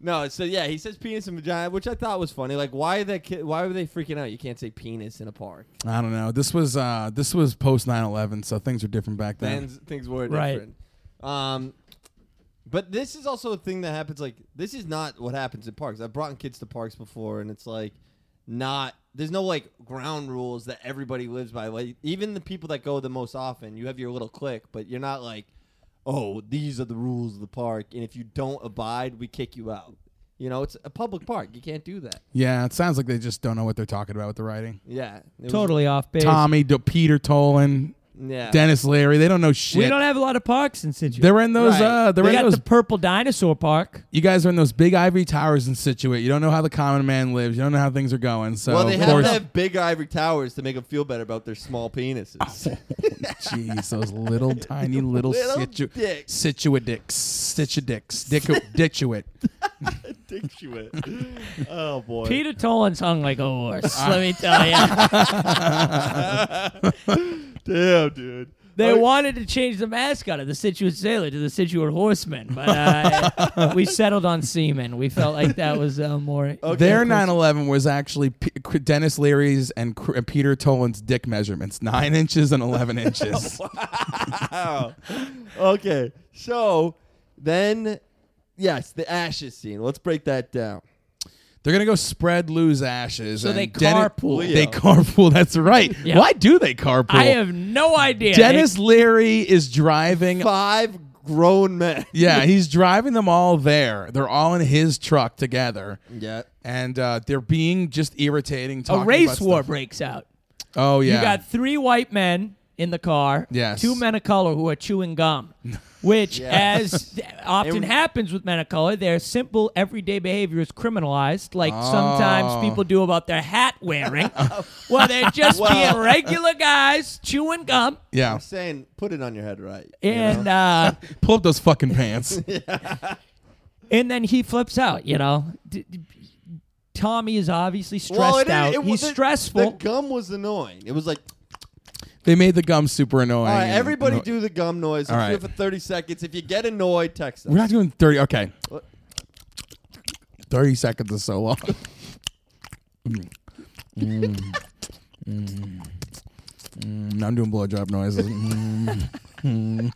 no. So yeah, he says penis and vagina, which I thought was funny. Like, why are that kid? Why were they freaking out? You can't say penis in a park.
I don't know. This was uh this was post 9/11, so things were different back then.
then things were
Right.
different. Um, but this is also a thing that happens. Like this is not what happens in parks. I've brought kids to parks before, and it's like not. There's no like ground rules that everybody lives by. Like even the people that go the most often, you have your little clique, but you're not like, oh, these are the rules of the park, and if you don't abide, we kick you out. You know, it's a public park. You can't do that.
Yeah, it sounds like they just don't know what they're talking about with the writing.
Yeah, it was-
totally off base.
Tommy, De- Peter Tolan,
Yeah,
Dennis Leary, they don't know shit.
we don't have a lot of parks in Situate.
they're in those
Right.
uh they're
we
in
got
those
the Purple Dinosaur Park.
you guys are in those big ivory towers in Situate. You don't know how the common man lives. You don't know how things are going. So
well, they
of
have
course,
to have big ivory towers to make them feel better about their small penises.
Jeez, those
[laughs]
little tiny little,
Little
situ-
dicks.
situadicks,
[laughs]
situdicks, dicku- dictuate.
Dictuate.
[laughs]
oh boy.
Peter Tolan's hung like a
[laughs]
horse. let me tell you,
Damn, dude.
they
Oh,
wanted to change the mascot of the Situate Sailor to the Situate Horseman, but
[laughs]
uh, we settled on Seaman. We felt like that was uh, more.
Their 9/11 was actually P- Dennis Leary's and Cr- and Peter Tolan's dick measurements: nine inches
[laughs]
and eleven inches.
wow. okay. So then yes, the ashes scene. Let's break that down.
They're gonna go spread Lou's ashes.
So
and
they carpool.
They carpool. [laughs] That's right.
Yeah.
Why do they carpool?
I have no idea.
Dennis Leary is driving
Five grown
[laughs]
men.
Yeah, he's driving them all there. They're all in his truck together,
Yeah.
and uh, they're being just irritating.
a
Talking
race
about
war
Stuff.
breaks out.
Oh yeah,
You got three white men in the car.
Yes.
Two men of color who are chewing gum,
[laughs]
which, as often
They-
happens with men of color, their simple everyday behavior is criminalized, like
Oh.
sometimes people do about their hat
[laughs]
wearing. well, they're just being regular guys chewing gum.
yeah.
I'm saying, put it on your head right.
And uh,
Pull up those fucking pants.
and then he flips out. You know, D- d- Tommy is obviously stressed out. He's
was-
stressful.
The gum was annoying. It was like,
they made the gum super annoying.
all right,
and-
everybody
anno-
do the gum noise. Let's
All
do
right.
it for 30 seconds. If you get annoyed, text us.
We're not doing thirty. Okay,
What?
thirty seconds is so long. Mm, I'm doing blowjob noises. Mm.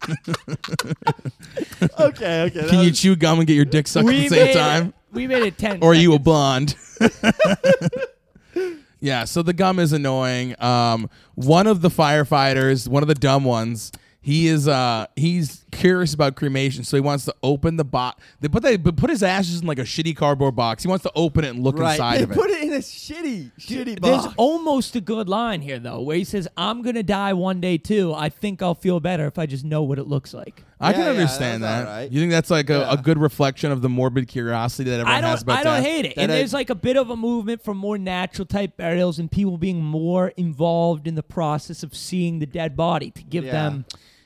okay, okay. that
Can you
was-
chew gum and get your dick sucked at the same
made,
time?
We made it ten.
or are you a
seconds.
blonde? [laughs] yeah, so the gum is annoying. Um, one of the firefighters, one of the dumb ones, he is uh he's curious about cremation, so he wants to open the box. They put they put his ashes in like a shitty cardboard box. He wants to open it and look
right. [laughs]
inside
they
of it.
put it in a shitty, shitty
There's
box.
almost a good line here though, where he says, "I'm gonna die one day too. I think I'll feel better if I just know what it looks like."
I can
Yeah, yeah,
understand
that's
that.
all right.
You think that's like a,
Yeah.
a good reflection of the morbid curiosity that everyone
I don't,
has about
I don't
death?
hate it.
That
and
I-
there's like a bit of a movement for more natural type burials and people being more involved in the process of seeing the dead body to give
Yeah.
them.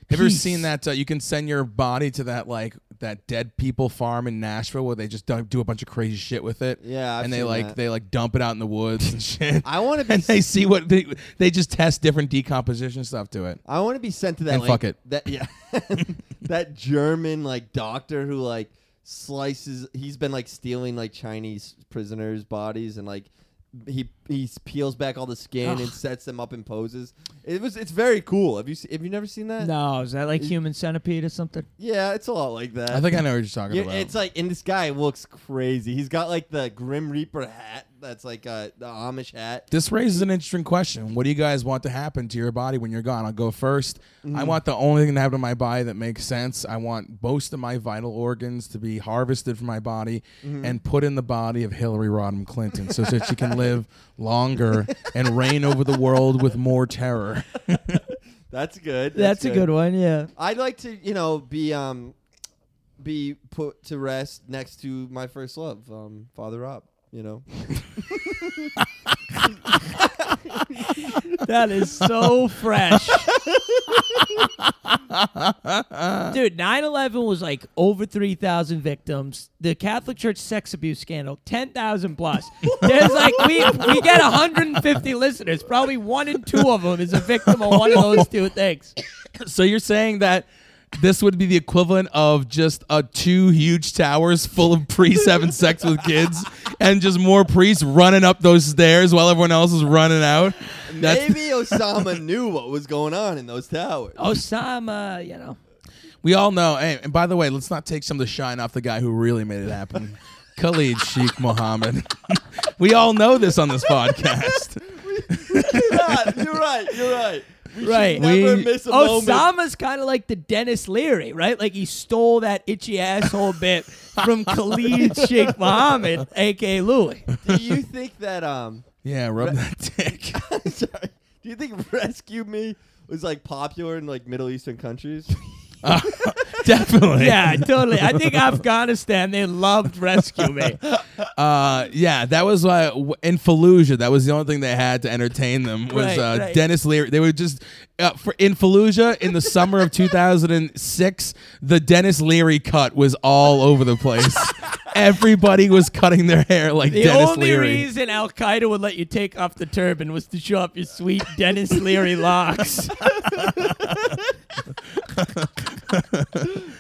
Have you ever
peace.
seen that? Uh, you can send your body to that like that dead people farm in Nashville where they just dump, do a bunch of crazy shit with it.
Yeah, I've
and they
seen
like
that.
they like dump it out in the woods and [laughs] shit.
I want to be
and they see what they they just test different decomposition stuff to it.
I want to be sent to that
And
like,
fuck it.
that yeah [laughs] that German like doctor who like slices he's been like stealing like Chinese prisoners bodies and like he he peels back all the skin
Ugh.
and sets them up in poses. It was it's very cool. Have you se- have you never seen that?
No, is that like human centipede or something?
Yeah, it's a lot like that.
I think I know what you're talking
Uh, Yeah,
about.
it's like and this guy looks crazy. He's got like the Grim Reaper hat. That's like uh, the Amish hat.
this raises an interesting question. What do you guys want to happen to your body when you're gone? I'll go 1st I want the only thing to happen to my body that makes sense. I want most of my vital organs to be harvested from my body and put in the body of Hillary Rodham Clinton so that she can live [laughs] longer and reign over the world with more terror. [laughs]
That's good.
That's, a good one, yeah.
I'd like to, you know, be um, be put to rest next to my first love, um, Father Rob. You [laughs] know,
That is so fresh.
[laughs]
Dude, 9 11 was like over 3,000 victims. The Catholic Church sex abuse scandal, 10,000 plus. There's like, we, we get 150 listeners. Probably one in two of them is a victim of
[laughs]
one of those two things.
so you're saying that this would be the equivalent of just a two huge towers full of priests having sex with kids and just more priests running up those stairs while everyone else is running out. That's,
maybe Osama knew what was going on in those towers.
Osama, you know.
we all know. Hey, and by the way, let's not take some of the shine off the guy who really made it happen. Khalid Sheikh Mohammed. [laughs] we all know this on this podcast.
Yeah, [laughs] you're right. You're right. We
Right.
should never
We-
miss a moment.
Osama's kind of like the Dennis Leary, right? Like he stole that itchy asshole bit from Khalid Sheikh Mohammed, a.k.a. Louis.
[laughs]
Do you think that um? [laughs]
Yeah, rub that dick. [laughs]
sorry. Do you think "Rescue Me" was like popular in like Middle Eastern countries?
[laughs] Definitely.
Yeah, totally. I think Afghanistan they loved Rescue
[laughs]
Me.
Uh, yeah, that was why w- in Fallujah. That was the only thing they had to entertain them was
Right,
uh,
right.
Dennis Leary. They were just uh, for in Fallujah in the summer of 2006. The Dennis Leary cut was all over
[laughs]
the place. Everybody was cutting their hair like
The
Dennis
only
Leary.
reason Al Qaeda would let you take off the turban was to show off your sweet Dennis Leary
[laughs]
locks.
[laughs]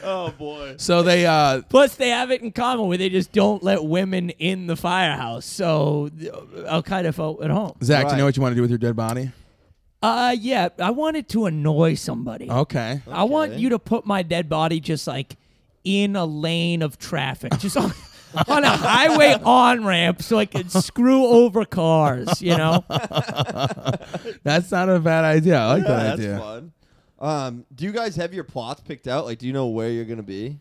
oh boy.
So they uh,
Plus, they have it in common where they just don't let women in the firehouse, so uh, Al Qaeda felt at home.
Zach, do
Right.
you know what you want to do with your dead body?
Uh, yeah, I wanted to annoy somebody.
Okay.
I want
Okay.
you to put my dead body just like in a lane of traffic, just on, [laughs] on a highway on ramp so I could screw over cars, you know?
That's not a bad idea. I like that
that's
idea.
fun. Um, do you guys have your plots picked out? Like, do you know where you're gonna be?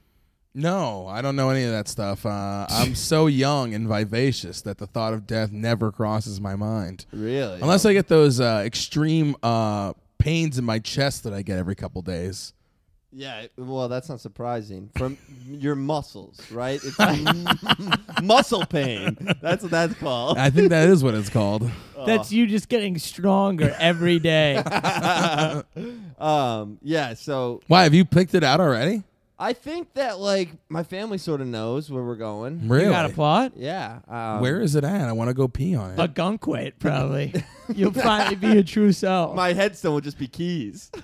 No, I don't know any of that stuff. Uh, I'm so young and vivacious that the thought of death never crosses my mind.
Really?
Unless I get those uh, extreme uh, pains in my chest that I get every couple days.
Yeah, well, that's not surprising.
[laughs]
From your muscles, right? It's m- muscle pain. That's what that's called.
I think that is what
[laughs]
it's called.
That's you just getting stronger every
[laughs]
day.
um, yeah, so
Why have you picked it out already?
I think that like my family sort of knows where we're going.
Really?
You got a plot?
Yeah. Um,
Mm-hmm. Where is it at? I want to go pee on it.
A gunkwit,
[laughs]
probably. You'll finally be your true self.
my headstone will just be
[laughs]
keys. [laughs]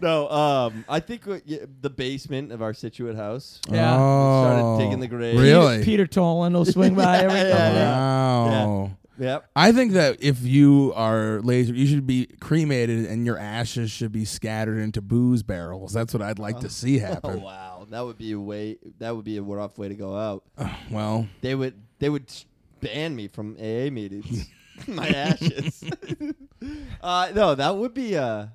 no, um, I think what, yeah, the basement of our Situate house.
Yeah.
Oh,
Started digging the grave.
Really?
Peter Tolan will swing
[laughs]
by every
Yeah,
day.
yeah, yeah.
wow.
Yep.
I think that if you are laser, you should be cremated and your ashes should be scattered into booze barrels. That's what I'd like to see
[laughs] Oh
happen.
wow, that would be a way. That would be a rough way to go out.
Well,
They would. They would s- ban me from AA
[laughs]
meetings. My ashes. [laughs] uh, no, that would be. Uh,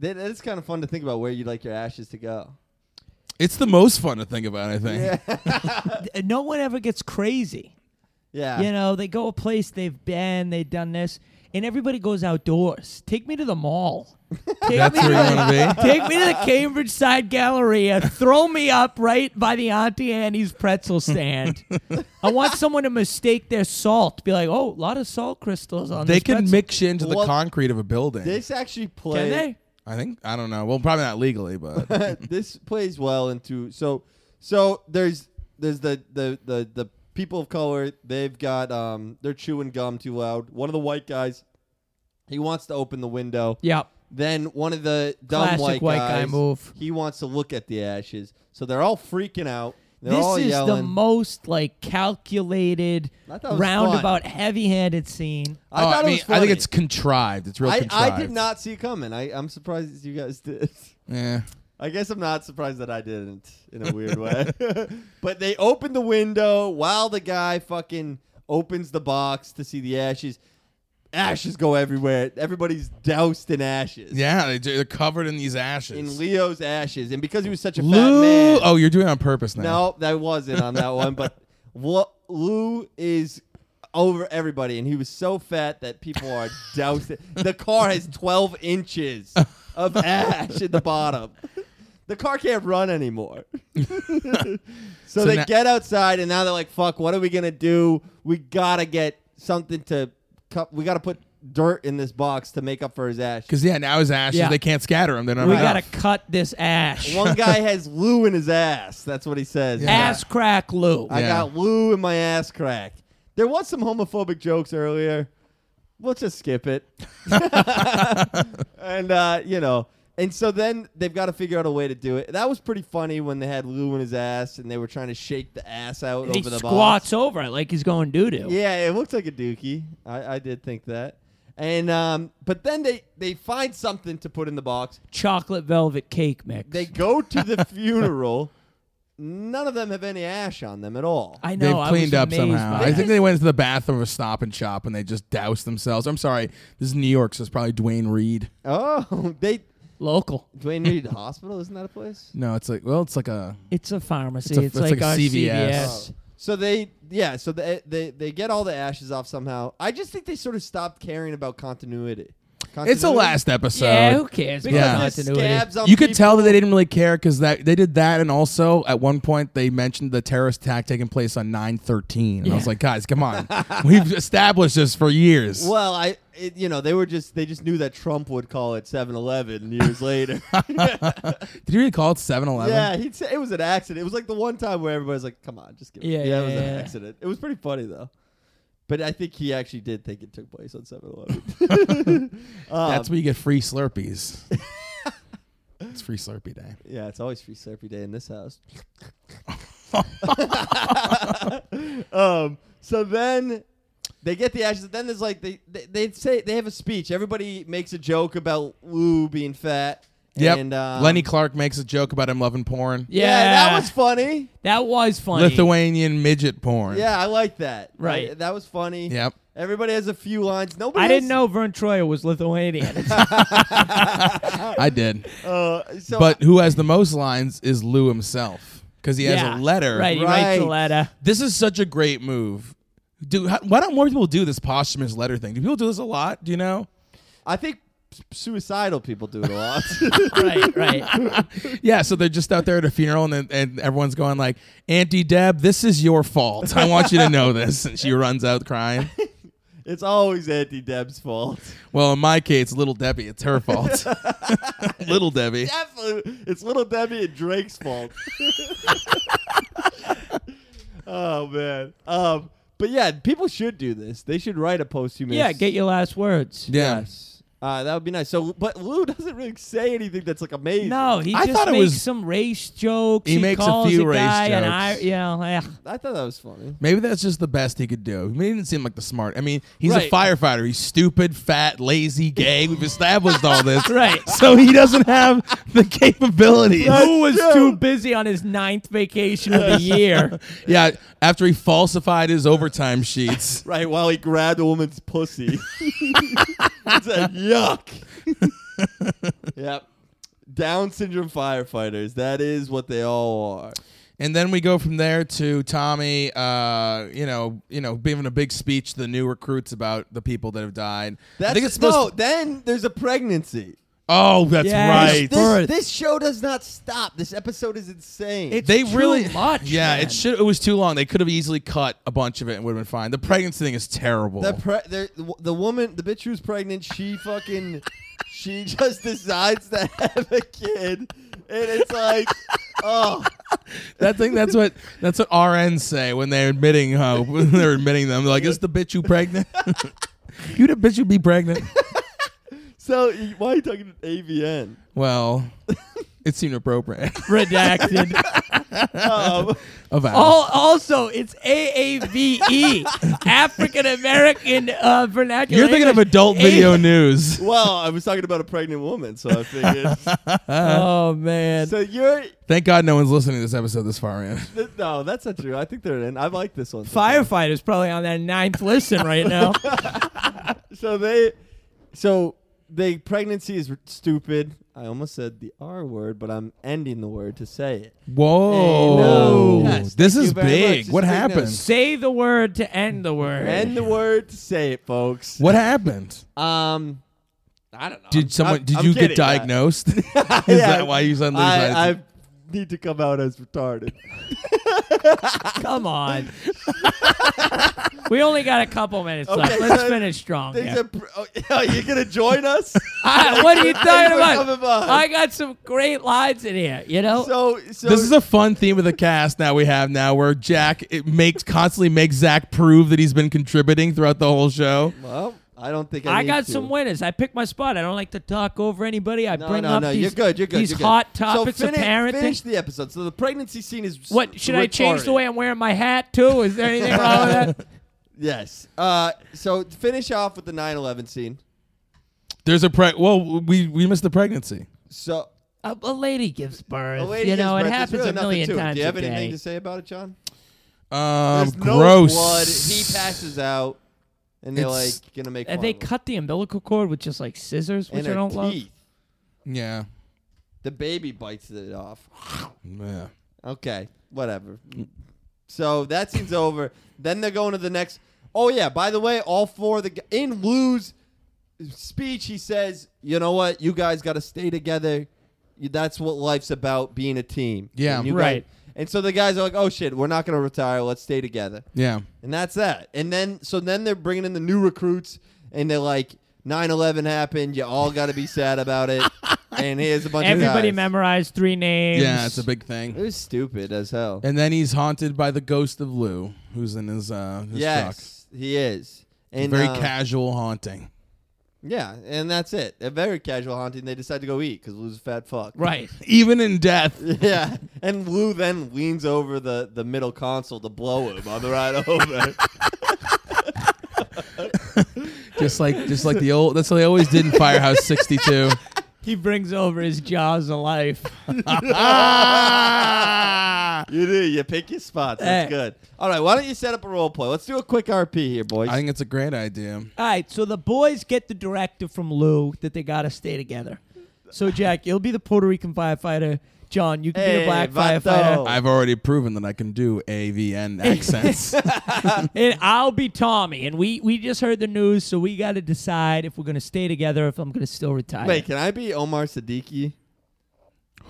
that, that is kind of fun to think about where you'd like your ashes to go.
it's the most fun to think about, I think.
Yeah.
Uh, No one ever gets crazy.
yeah.
You know, they go a place they've been, they've done this, and everybody goes outdoors. Take me to the
[laughs]
mall. Take
That's
me
where you want
[laughs]
to be?
Take me to the Cambridge Side Galleria. Throw me up right by the Auntie Annie's pretzel stand. I want someone to mistake their salt. Be like, oh, a lot of salt crystals on
They
this
can
pretzel."
mix you into the
Well,
concrete of a building.
This actually
Can
plays.
they?
I think I don't know. Well, probably not
[laughs]
legally, but
this plays well into so so there's there's the the the, the people of color they've got um they're chewing gum too loud one of the white guys he wants to open the window
Yep.
then one of the dumb
Classic
white,
white guy
guys
move.
he wants to look at the ashes so they're all freaking out they're all
this is
yelling
the most like calculated,
I thought it was
roundabout, heavy-handed scene.
I
Oh,
thought it
mean,
was
I think
funny.
it's contrived. It's real
I,
contrived.
I did not see it coming I I'm surprised you guys did [laughs]
Yeah.
I guess I'm not surprised that I didn't in a weird way. [laughs] but they open the window while the guy fucking opens the box to see the ashes. Ashes go everywhere. Everybody's doused in ashes.
Yeah, they do. they're covered in these
In
ashes.
Leo's ashes. And because he was such a fat
Lou,
man.
oh, you're doing it on purpose now.
No, that wasn't on that one. But [laughs] what Lou is over everybody, and he was so fat that people are doused. in- The car has 12 inches of ash at the bottom. The car can't run anymore. so,
So
they
now-
get outside, and now they're like, "Fuck! What are we gonna do? We gotta get something to. Cu- we gotta put dirt in this box to make up for his ash."
because yeah, now his ashes
Yeah.
they can't scatter them. They're not.
we
enough.
gotta cut this ash.
One guy has Lou in his ass. That's what he says.
ass crack, Lou.
I
Yeah.
got Lou in my ass crack. There was some homophobic jokes earlier. Let's just skip
[laughs]
it. and uh, you know, and so then they've got to figure out a way to do it. That was pretty funny when they had Lou in his ass and they were trying to shake the ass out
he
over the
squats
box.
over it like he's going doo doo.
Yeah, it looks like a dookie. I, I did think that. And um, but then they they find something to put in the box.
Chocolate velvet cake mix. [laughs]
They go to the funeral. None of them have any ash on them at all.
I know.
They've
I
cleaned
was
up
amazed
somehow.
by
I
that.
think they went to the bathroom of a Stop and Shop and they just doused themselves. I'm sorry, this is New York, so it's probably Dwayne Reed.
Oh, they
local.
Dwayne Reed Hospital isn't that a place?
No, it's like well, it's like a
It's a pharmacy.
It's
It's,
a-
like,
it's like a
our
CVS.
CVS.
So they, yeah, so they, they they get all the ashes off somehow. I just think they sort of stopped caring about continuity. continuity?
it's the last episode.
yeah, who cares?
because
about
Yeah.
there's
continuity?
scabs on
you could tell that
people.
they didn't really care because that they did that, and also at one point they mentioned the terrorist attack taking place on 9/13, and I was
Yeah.
like, guys,
[laughs]
come on, we've established this for years.
Well, I, it, you know, they were just they just knew that Trump would call it 7-Eleven
[laughs]
years later.
Did you really call it 7-Eleven?
yeah, he said it was an accident. It was like the one time where everybody's like, "Come on, just give it."
Yeah,
it was
yeah,
an
yeah.
accident. It was pretty funny though. But I think he actually did think it took place on 7-Eleven.
That's where you get
[laughs]
free Slurpees. it's free Slurpee day.
Yeah, it's always free therapy day in this
[laughs]
house. um, so then they get the ashes. Then there's like they, they they say they have a speech. Everybody makes a joke about Lou being fat,
Yep.
And, um,
Lenny Clark makes a joke about him loving porn.
Yeah,
that was funny.
that was funny.
Lithuanian midget porn.
Yeah, I like that.
Right.
I- that was funny.
Yep.
Everybody has a few lines. Nobody.
I didn't
has-
know Vern Troyer was
[laughs]
Lithuanian.
I did.
Uh, so
But who has the most lines is Lou himself because he has
Yeah.
a letter.
Right, he writes a
Right.
letter.
This is such a great move. Dude, how, why don't more people do this posthumous letter thing? Do people do this a lot? Do you know?
I think suicidal people do it a lot. [laughs]
right, right.
Yeah, so they're just out there at a funeral and then, and everyone's going like, "Auntie Deb, this is your fault. I want you to know this." And she runs out crying.
it's always Auntie Deb's fault.
Well, in my case, little Debbie, it's her fault. [laughs] little Debbie.
Definitely, it's little Debbie and Drake's fault. [laughs] oh man. Um. But yeah, people should do this. They should write a posthumous.
Yeah, get your last words.
Yeah.
Yes. Uh, that would be nice. So, but Lou doesn't really say anything that's like amazing.
No, he
I
just
thought it
makes
was-
some race jokes.
He makes a
calls
few race
guy And
jokes.
I, yeah, yeah. [laughs]
I thought that was funny.
Maybe that's just the best he could do. He didn't seem like the smart. I mean, he's
Right.
a firefighter. He's stupid, fat, lazy, gay. We've established all
[laughs]
this.
Right.
[laughs] So he doesn't have the capabilities.
Who was too busy on his ninth vacation of the
[laughs]
year?
Yeah, after he falsified his overtime [laughs] sheets.
Right, while he grabbed a woman's pussy. [laughs] it's a yuck. [laughs] yep. Down syndrome firefighters. That is what they all are.
And then we go from there to Tommy, uh, you know, you know, giving a big speech to the new recruits about the people that have died.
That's,
I think it's supposed
no, then there's a pregnancy.
Oh, that's
Yeah.
right.
This-
This,
Birth.
this show does not stop. This episode is insane.
It's
they
too
really
much.
Yeah,
man.
it should it was too long. They could have easily cut a bunch of it and would have been fine. The pregnancy thing is terrible.
the, pre- the, the woman, the bitch who's pregnant, she fucking, she [laughs] just decides to have a kid. And it's like, oh.
That thing. That's what. That's what RNs say when they're admitting. Huh, [laughs] when they're admitting them. They're like, is the bitch you [laughs] pregnant? you the bitch you be pregnant?
So why are you talking to AVN?
Well, it seemed appropriate.
redacted.
Um,
Of
All, also, it's
[laughs]
AAVE, African American E, uh, vernacular.
You're thinking of
English.
adult
A-
[laughs]
video news.
well, I was talking about a pregnant woman, so I figured.
Oh man.
so you're
Thank God no one's listening to this episode this far in.
th- no, that's not true. I think they're in. I like this one.
Firefighter's probably on that ninth listen
[laughs]
right now.
So they, so they pregnancy is stupid. I almost said the R word, but I'm ending the word to say it.
Whoa,
Hey, no. Yes,
this
thank
is
you very much.
big.
This
What
is big
happened?
news.
Say the word to end the word.
End the word to say it, folks.
What happened?
Um, I don't know. I'm-
Did someone?
I'm-
did
I'm
you
kidding. [laughs]
get diagnosed? [laughs] is
Yeah,
that why you suddenly? decided to-
I, I need to come out as retarded.
[laughs] Come on. [laughs] we only got a couple minutes left.
Okay,
Let's
so
finish strong.
There's
here. [laughs]
a pr- oh, [laughs] you're gonna join us.
I-
[laughs]
what [laughs] are you
Thanks
talking
for
about?
coming by.
I got some great lines in here. You know.
So, so
this is a fun theme of the cast now we have now where Jack it makes constantly makes Zach prove that he's been contributing throughout the whole show.
Well, I don't think I,
I
need
got
to.
some winners. I picked my spot. I don't like to talk over anybody. I
No,
bring
no,
up
no.
these,
you're good. You're good.
these
you're good.
hot topics
So finish,
of parenting.
finish the episode. So the pregnancy scene is
What should I change the way I'm wearing my hat too? Is there anything wrong with that?
Yes. Uh, so finish off with the 9/11 scene.
There's a pre well we we missed the pregnancy.
So
[laughs] A, a lady gives birth.
a lady
you
gives
know,
birth.
it
There's
happens
really
a
nothing
million
to it.
times
Do you have
a day.
anything to say about it, John?
Um,
There's
gross.
no blood. He passes out, and they're
It's-
like gonna make.
And
fun
they
of him.
cut the umbilical cord with just like scissors, which
And
I
her
don't love.
teeth.
Yeah.
The baby bites it off.
Yeah.
Okay, whatever. So that scene's over. Then they're going to the next. Oh yeah, by the way, all four of the g- in Lou's speech, he says, "You know what? You guys got to stay together. You- That's what life's about, being a team."
Yeah,
And you
right.
guys- and so the guys are like, "Oh shit, we're not gonna retire. Let's stay together."
Yeah.
And that's that. And then so then they're bringing in the new recruits, and they're like, "9/11 happened. You all got to be sad about
[laughs]
it." and here's a bunch
Everybody
of guys.
memorized three names.
Yeah, it's a big
It
thing.
was stupid as hell.
And then he's haunted by the ghost of Lou, who's in his uh his
Yes, he is.
truck.
And
Very
uh,
casual haunting.
Yeah, and that's it. A very casual haunting. They decide to go eat because Lou's a fat fuck.
Right.
Even in death.
[laughs] Yeah, and Lou then leans over the the middle console to blow him on the ride over. [laughs] [laughs]
Just like just like the old that's what they always did in Firehouse sixty two.
He brings over his jaws of life.
You do. You pick your spots. That's
Eh.
good. All right. Why don't you set up a role play? Let's do a quick RP here, boys.
I think it's a great idea.
All right, so the boys get the directive from Lou that they gotta stay together. So Jack, you'll be the Puerto Rican firefighter. John, you can be
Hey,
the black
Vato.
firefighter,
I've already proven that I can do
[laughs]
AVN accents.
and I'll be Tommy. And we we just heard the news, so we gotta decide if we're gonna stay together, if I'm gonna still retire.
[laughs]
Wait, can I be Omar Siddiqui?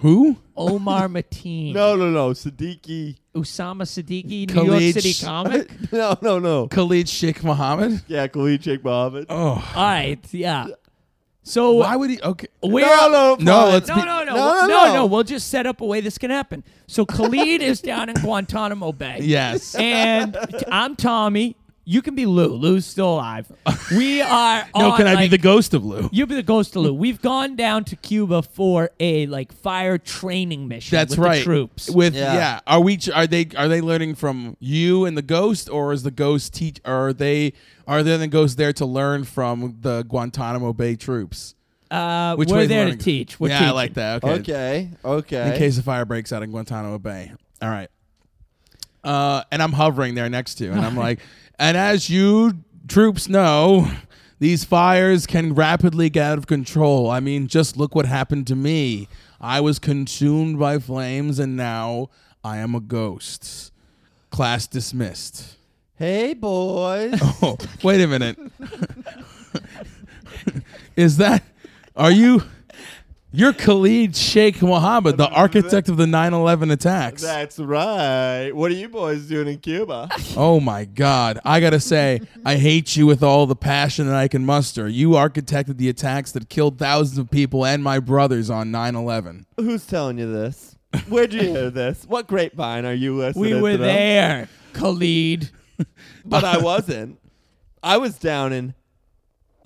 Who?
Omar Mateen,
No, no, no. Siddiqui.
Usama Siddiqui, New York
Khalid Sh-
City
[laughs]
comic.
[laughs] No, no, no.
Khalid Sheikh Mohammed?
Yeah, Khalid Sheikh Mohammed.
Oh,
All right, yeah. So
why would he? Okay.
we're
no, no,
No,
fine.
let's
No,
be-
no, no,
No, no,
no, no,
no.
We'll just set up a way this can happen. So Khalid is down in Guantanamo Bay.
[laughs]
Yes.
And I'm Tommy. You can be Lou. Lou's still alive. We are.
[laughs] No,
on,
can I
like-
be the ghost of Lou?
You be the ghost of Lou. We've gone down to Cuba for a like fire training mission.
That's
with
right.
The troops.
With
Yeah.
yeah. are we? ch- Are they? Are they learning from you and the ghost, or is the ghost teach? Are they? Are they the ghost there to learn from the Guantanamo Bay troops?
uh,
Which
we're
way's
there to
learning?
teach. We're
yeah, I
teaching.
like that. Okay.
Okay,
In
okay.
case a fire breaks out in Guantanamo Bay. All right. Uh, and I'm hovering there next to, you, and I'm like, and as you troops know, these fires can rapidly get out of control. I mean, just look what happened to me. I was consumed by flames, and now I am a ghost. Class dismissed.
hey, boys.
Oh, wait a minute. [laughs] Is that? Are you? You're Khalid Sheikh Mohammed, the architect of the 9/11 attacks.
That's right. What are you boys doing in Cuba?
Oh my God! I gotta say, I hate you with all the passion that I can muster. You architected the attacks that killed thousands of people and my brothers on 9/11.
Who's telling you this? Where'd you hear this? What grapevine are you listening
We
to?
were
them?
there, Khalid.
[laughs] But I wasn't. I was down in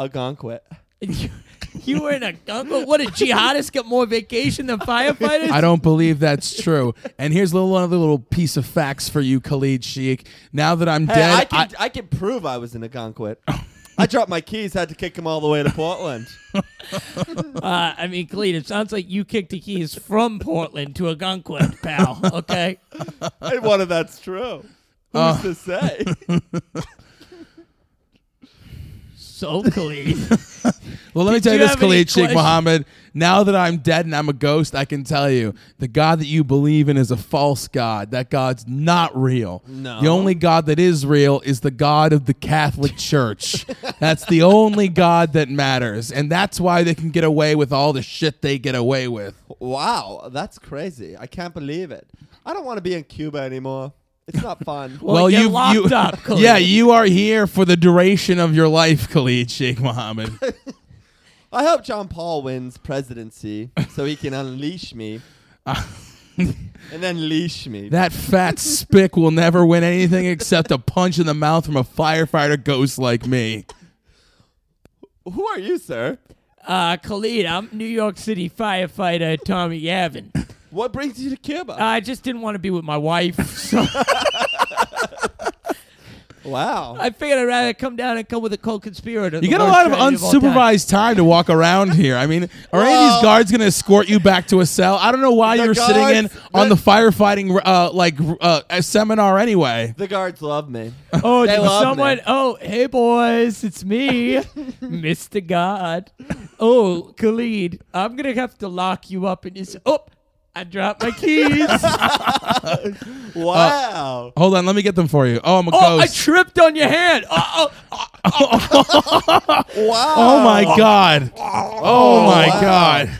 Algonquin.
You, [laughs] you were in a gunboat. What did jihadists get more vacation than firefighters?
[laughs] I don't believe that's true. And here's a little another little piece of facts for you, Khalid Sheikh. Now that I'm
Hey,
dead,
I can I, can prove I was in Algonquin. I dropped my keys, had to kick them all the way to Portland.
Uh, I mean, Khalid, it sounds like you kicked the keys from Portland to Algonquin, pal. Okay.
and what if that's true? Who's
Uh.
to say?
So, Khalid.
Well, let me
do
tell you
you
this,
have any
Khalid Sheikh
question-
Mohammed. Now that I'm dead and I'm a ghost, I can tell you the God that you believe in is a false God. That God's not real.
No.
The only God that is real is the God of the Catholic Church. that's the only God that matters. And that's why they can get away with all the shit they get away with.
wow, that's crazy. I can't believe it. I don't want to be in Cuba anymore. It's not
[laughs]
fun.
Well, you're locked up, Khalid.
Yeah, you are here for the duration of your life, Khalid Sheikh Mohammed.
I hope John Paul wins presidency so he can unleash
[laughs]
me. and then leash me.
That fat spick will never win anything except a punch in the mouth from a firefighter ghost like me.
Who are you, sir?
Uh, Khalid, I'm New York City firefighter Tommy Yavin.
What brings you to Cuba?
Uh,
I just didn't want to be with my wife, [laughs] so
wow.
I figured I'd rather come down and come with a co conspirator.
You got a lot of unsupervised time. to walk around here. I mean, are any of
Well-
these guards going to escort you back to a cell? I don't know why
The
you're sitting in
guards-
on
the-
the firefighting uh, like uh, a seminar anyway.
the guards love
[laughs]
me.
Uh,
Oh,
They
did
love
someone.
me.
Oh, hey, boys, it's me, [laughs] Mr. God. Oh, Khalid, I'm going to have to lock you up in this. Oh, I dropped my keys.
Wow.
Hold on, let me get them for you. Oh, I'm a
[laughs] Oh, I
ghost.
tripped on your hand. Oh, oh,
wow.
oh my god. Oh, my
wow.
god.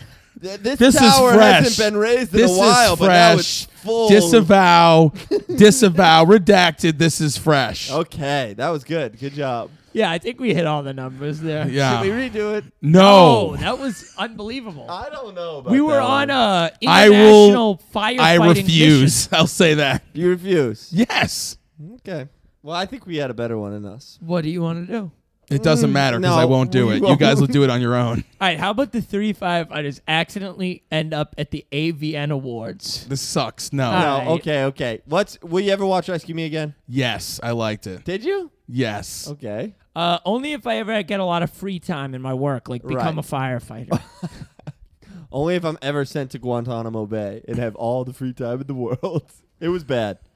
Th- This,
This is
tower
fresh.
hasn't been raised in
This
a while,
is
but now
fresh.
it's full. [laughs]
Disavow. Disavow. Redacted. This is fresh.
okay, that was good. Good job.
yeah, I think we hit all the numbers there.
Yeah.
Should we redo it?
Oh,
no.
that was unbelievable.
I don't know. About
We were
that
on
one.
a
I will-
international firefighting
I
mission.
refuse. [laughs] I'll say that.
You refuse.
Yes.
Okay. Well, I think we had a better one in us.
What do you want to do?
It doesn't matter because I
Mm, no,
won't do
we
it. You
won't.
guys will do it on your own.
All right, how about the three firefighters accidentally end up at the AVN Awards?
This sucks. No.
Uh,
No.
Alright.
Okay. Okay. What's? Will you ever watch Rescue Me Again?
yes, I liked it.
Did you?
Yes.
Okay.
Uh, only if I ever get a lot of free time in my work, like become
Right.
a firefighter.
Only if I'm ever sent to Guantanamo Bay and have all the free time in the world. [laughs] It was bad.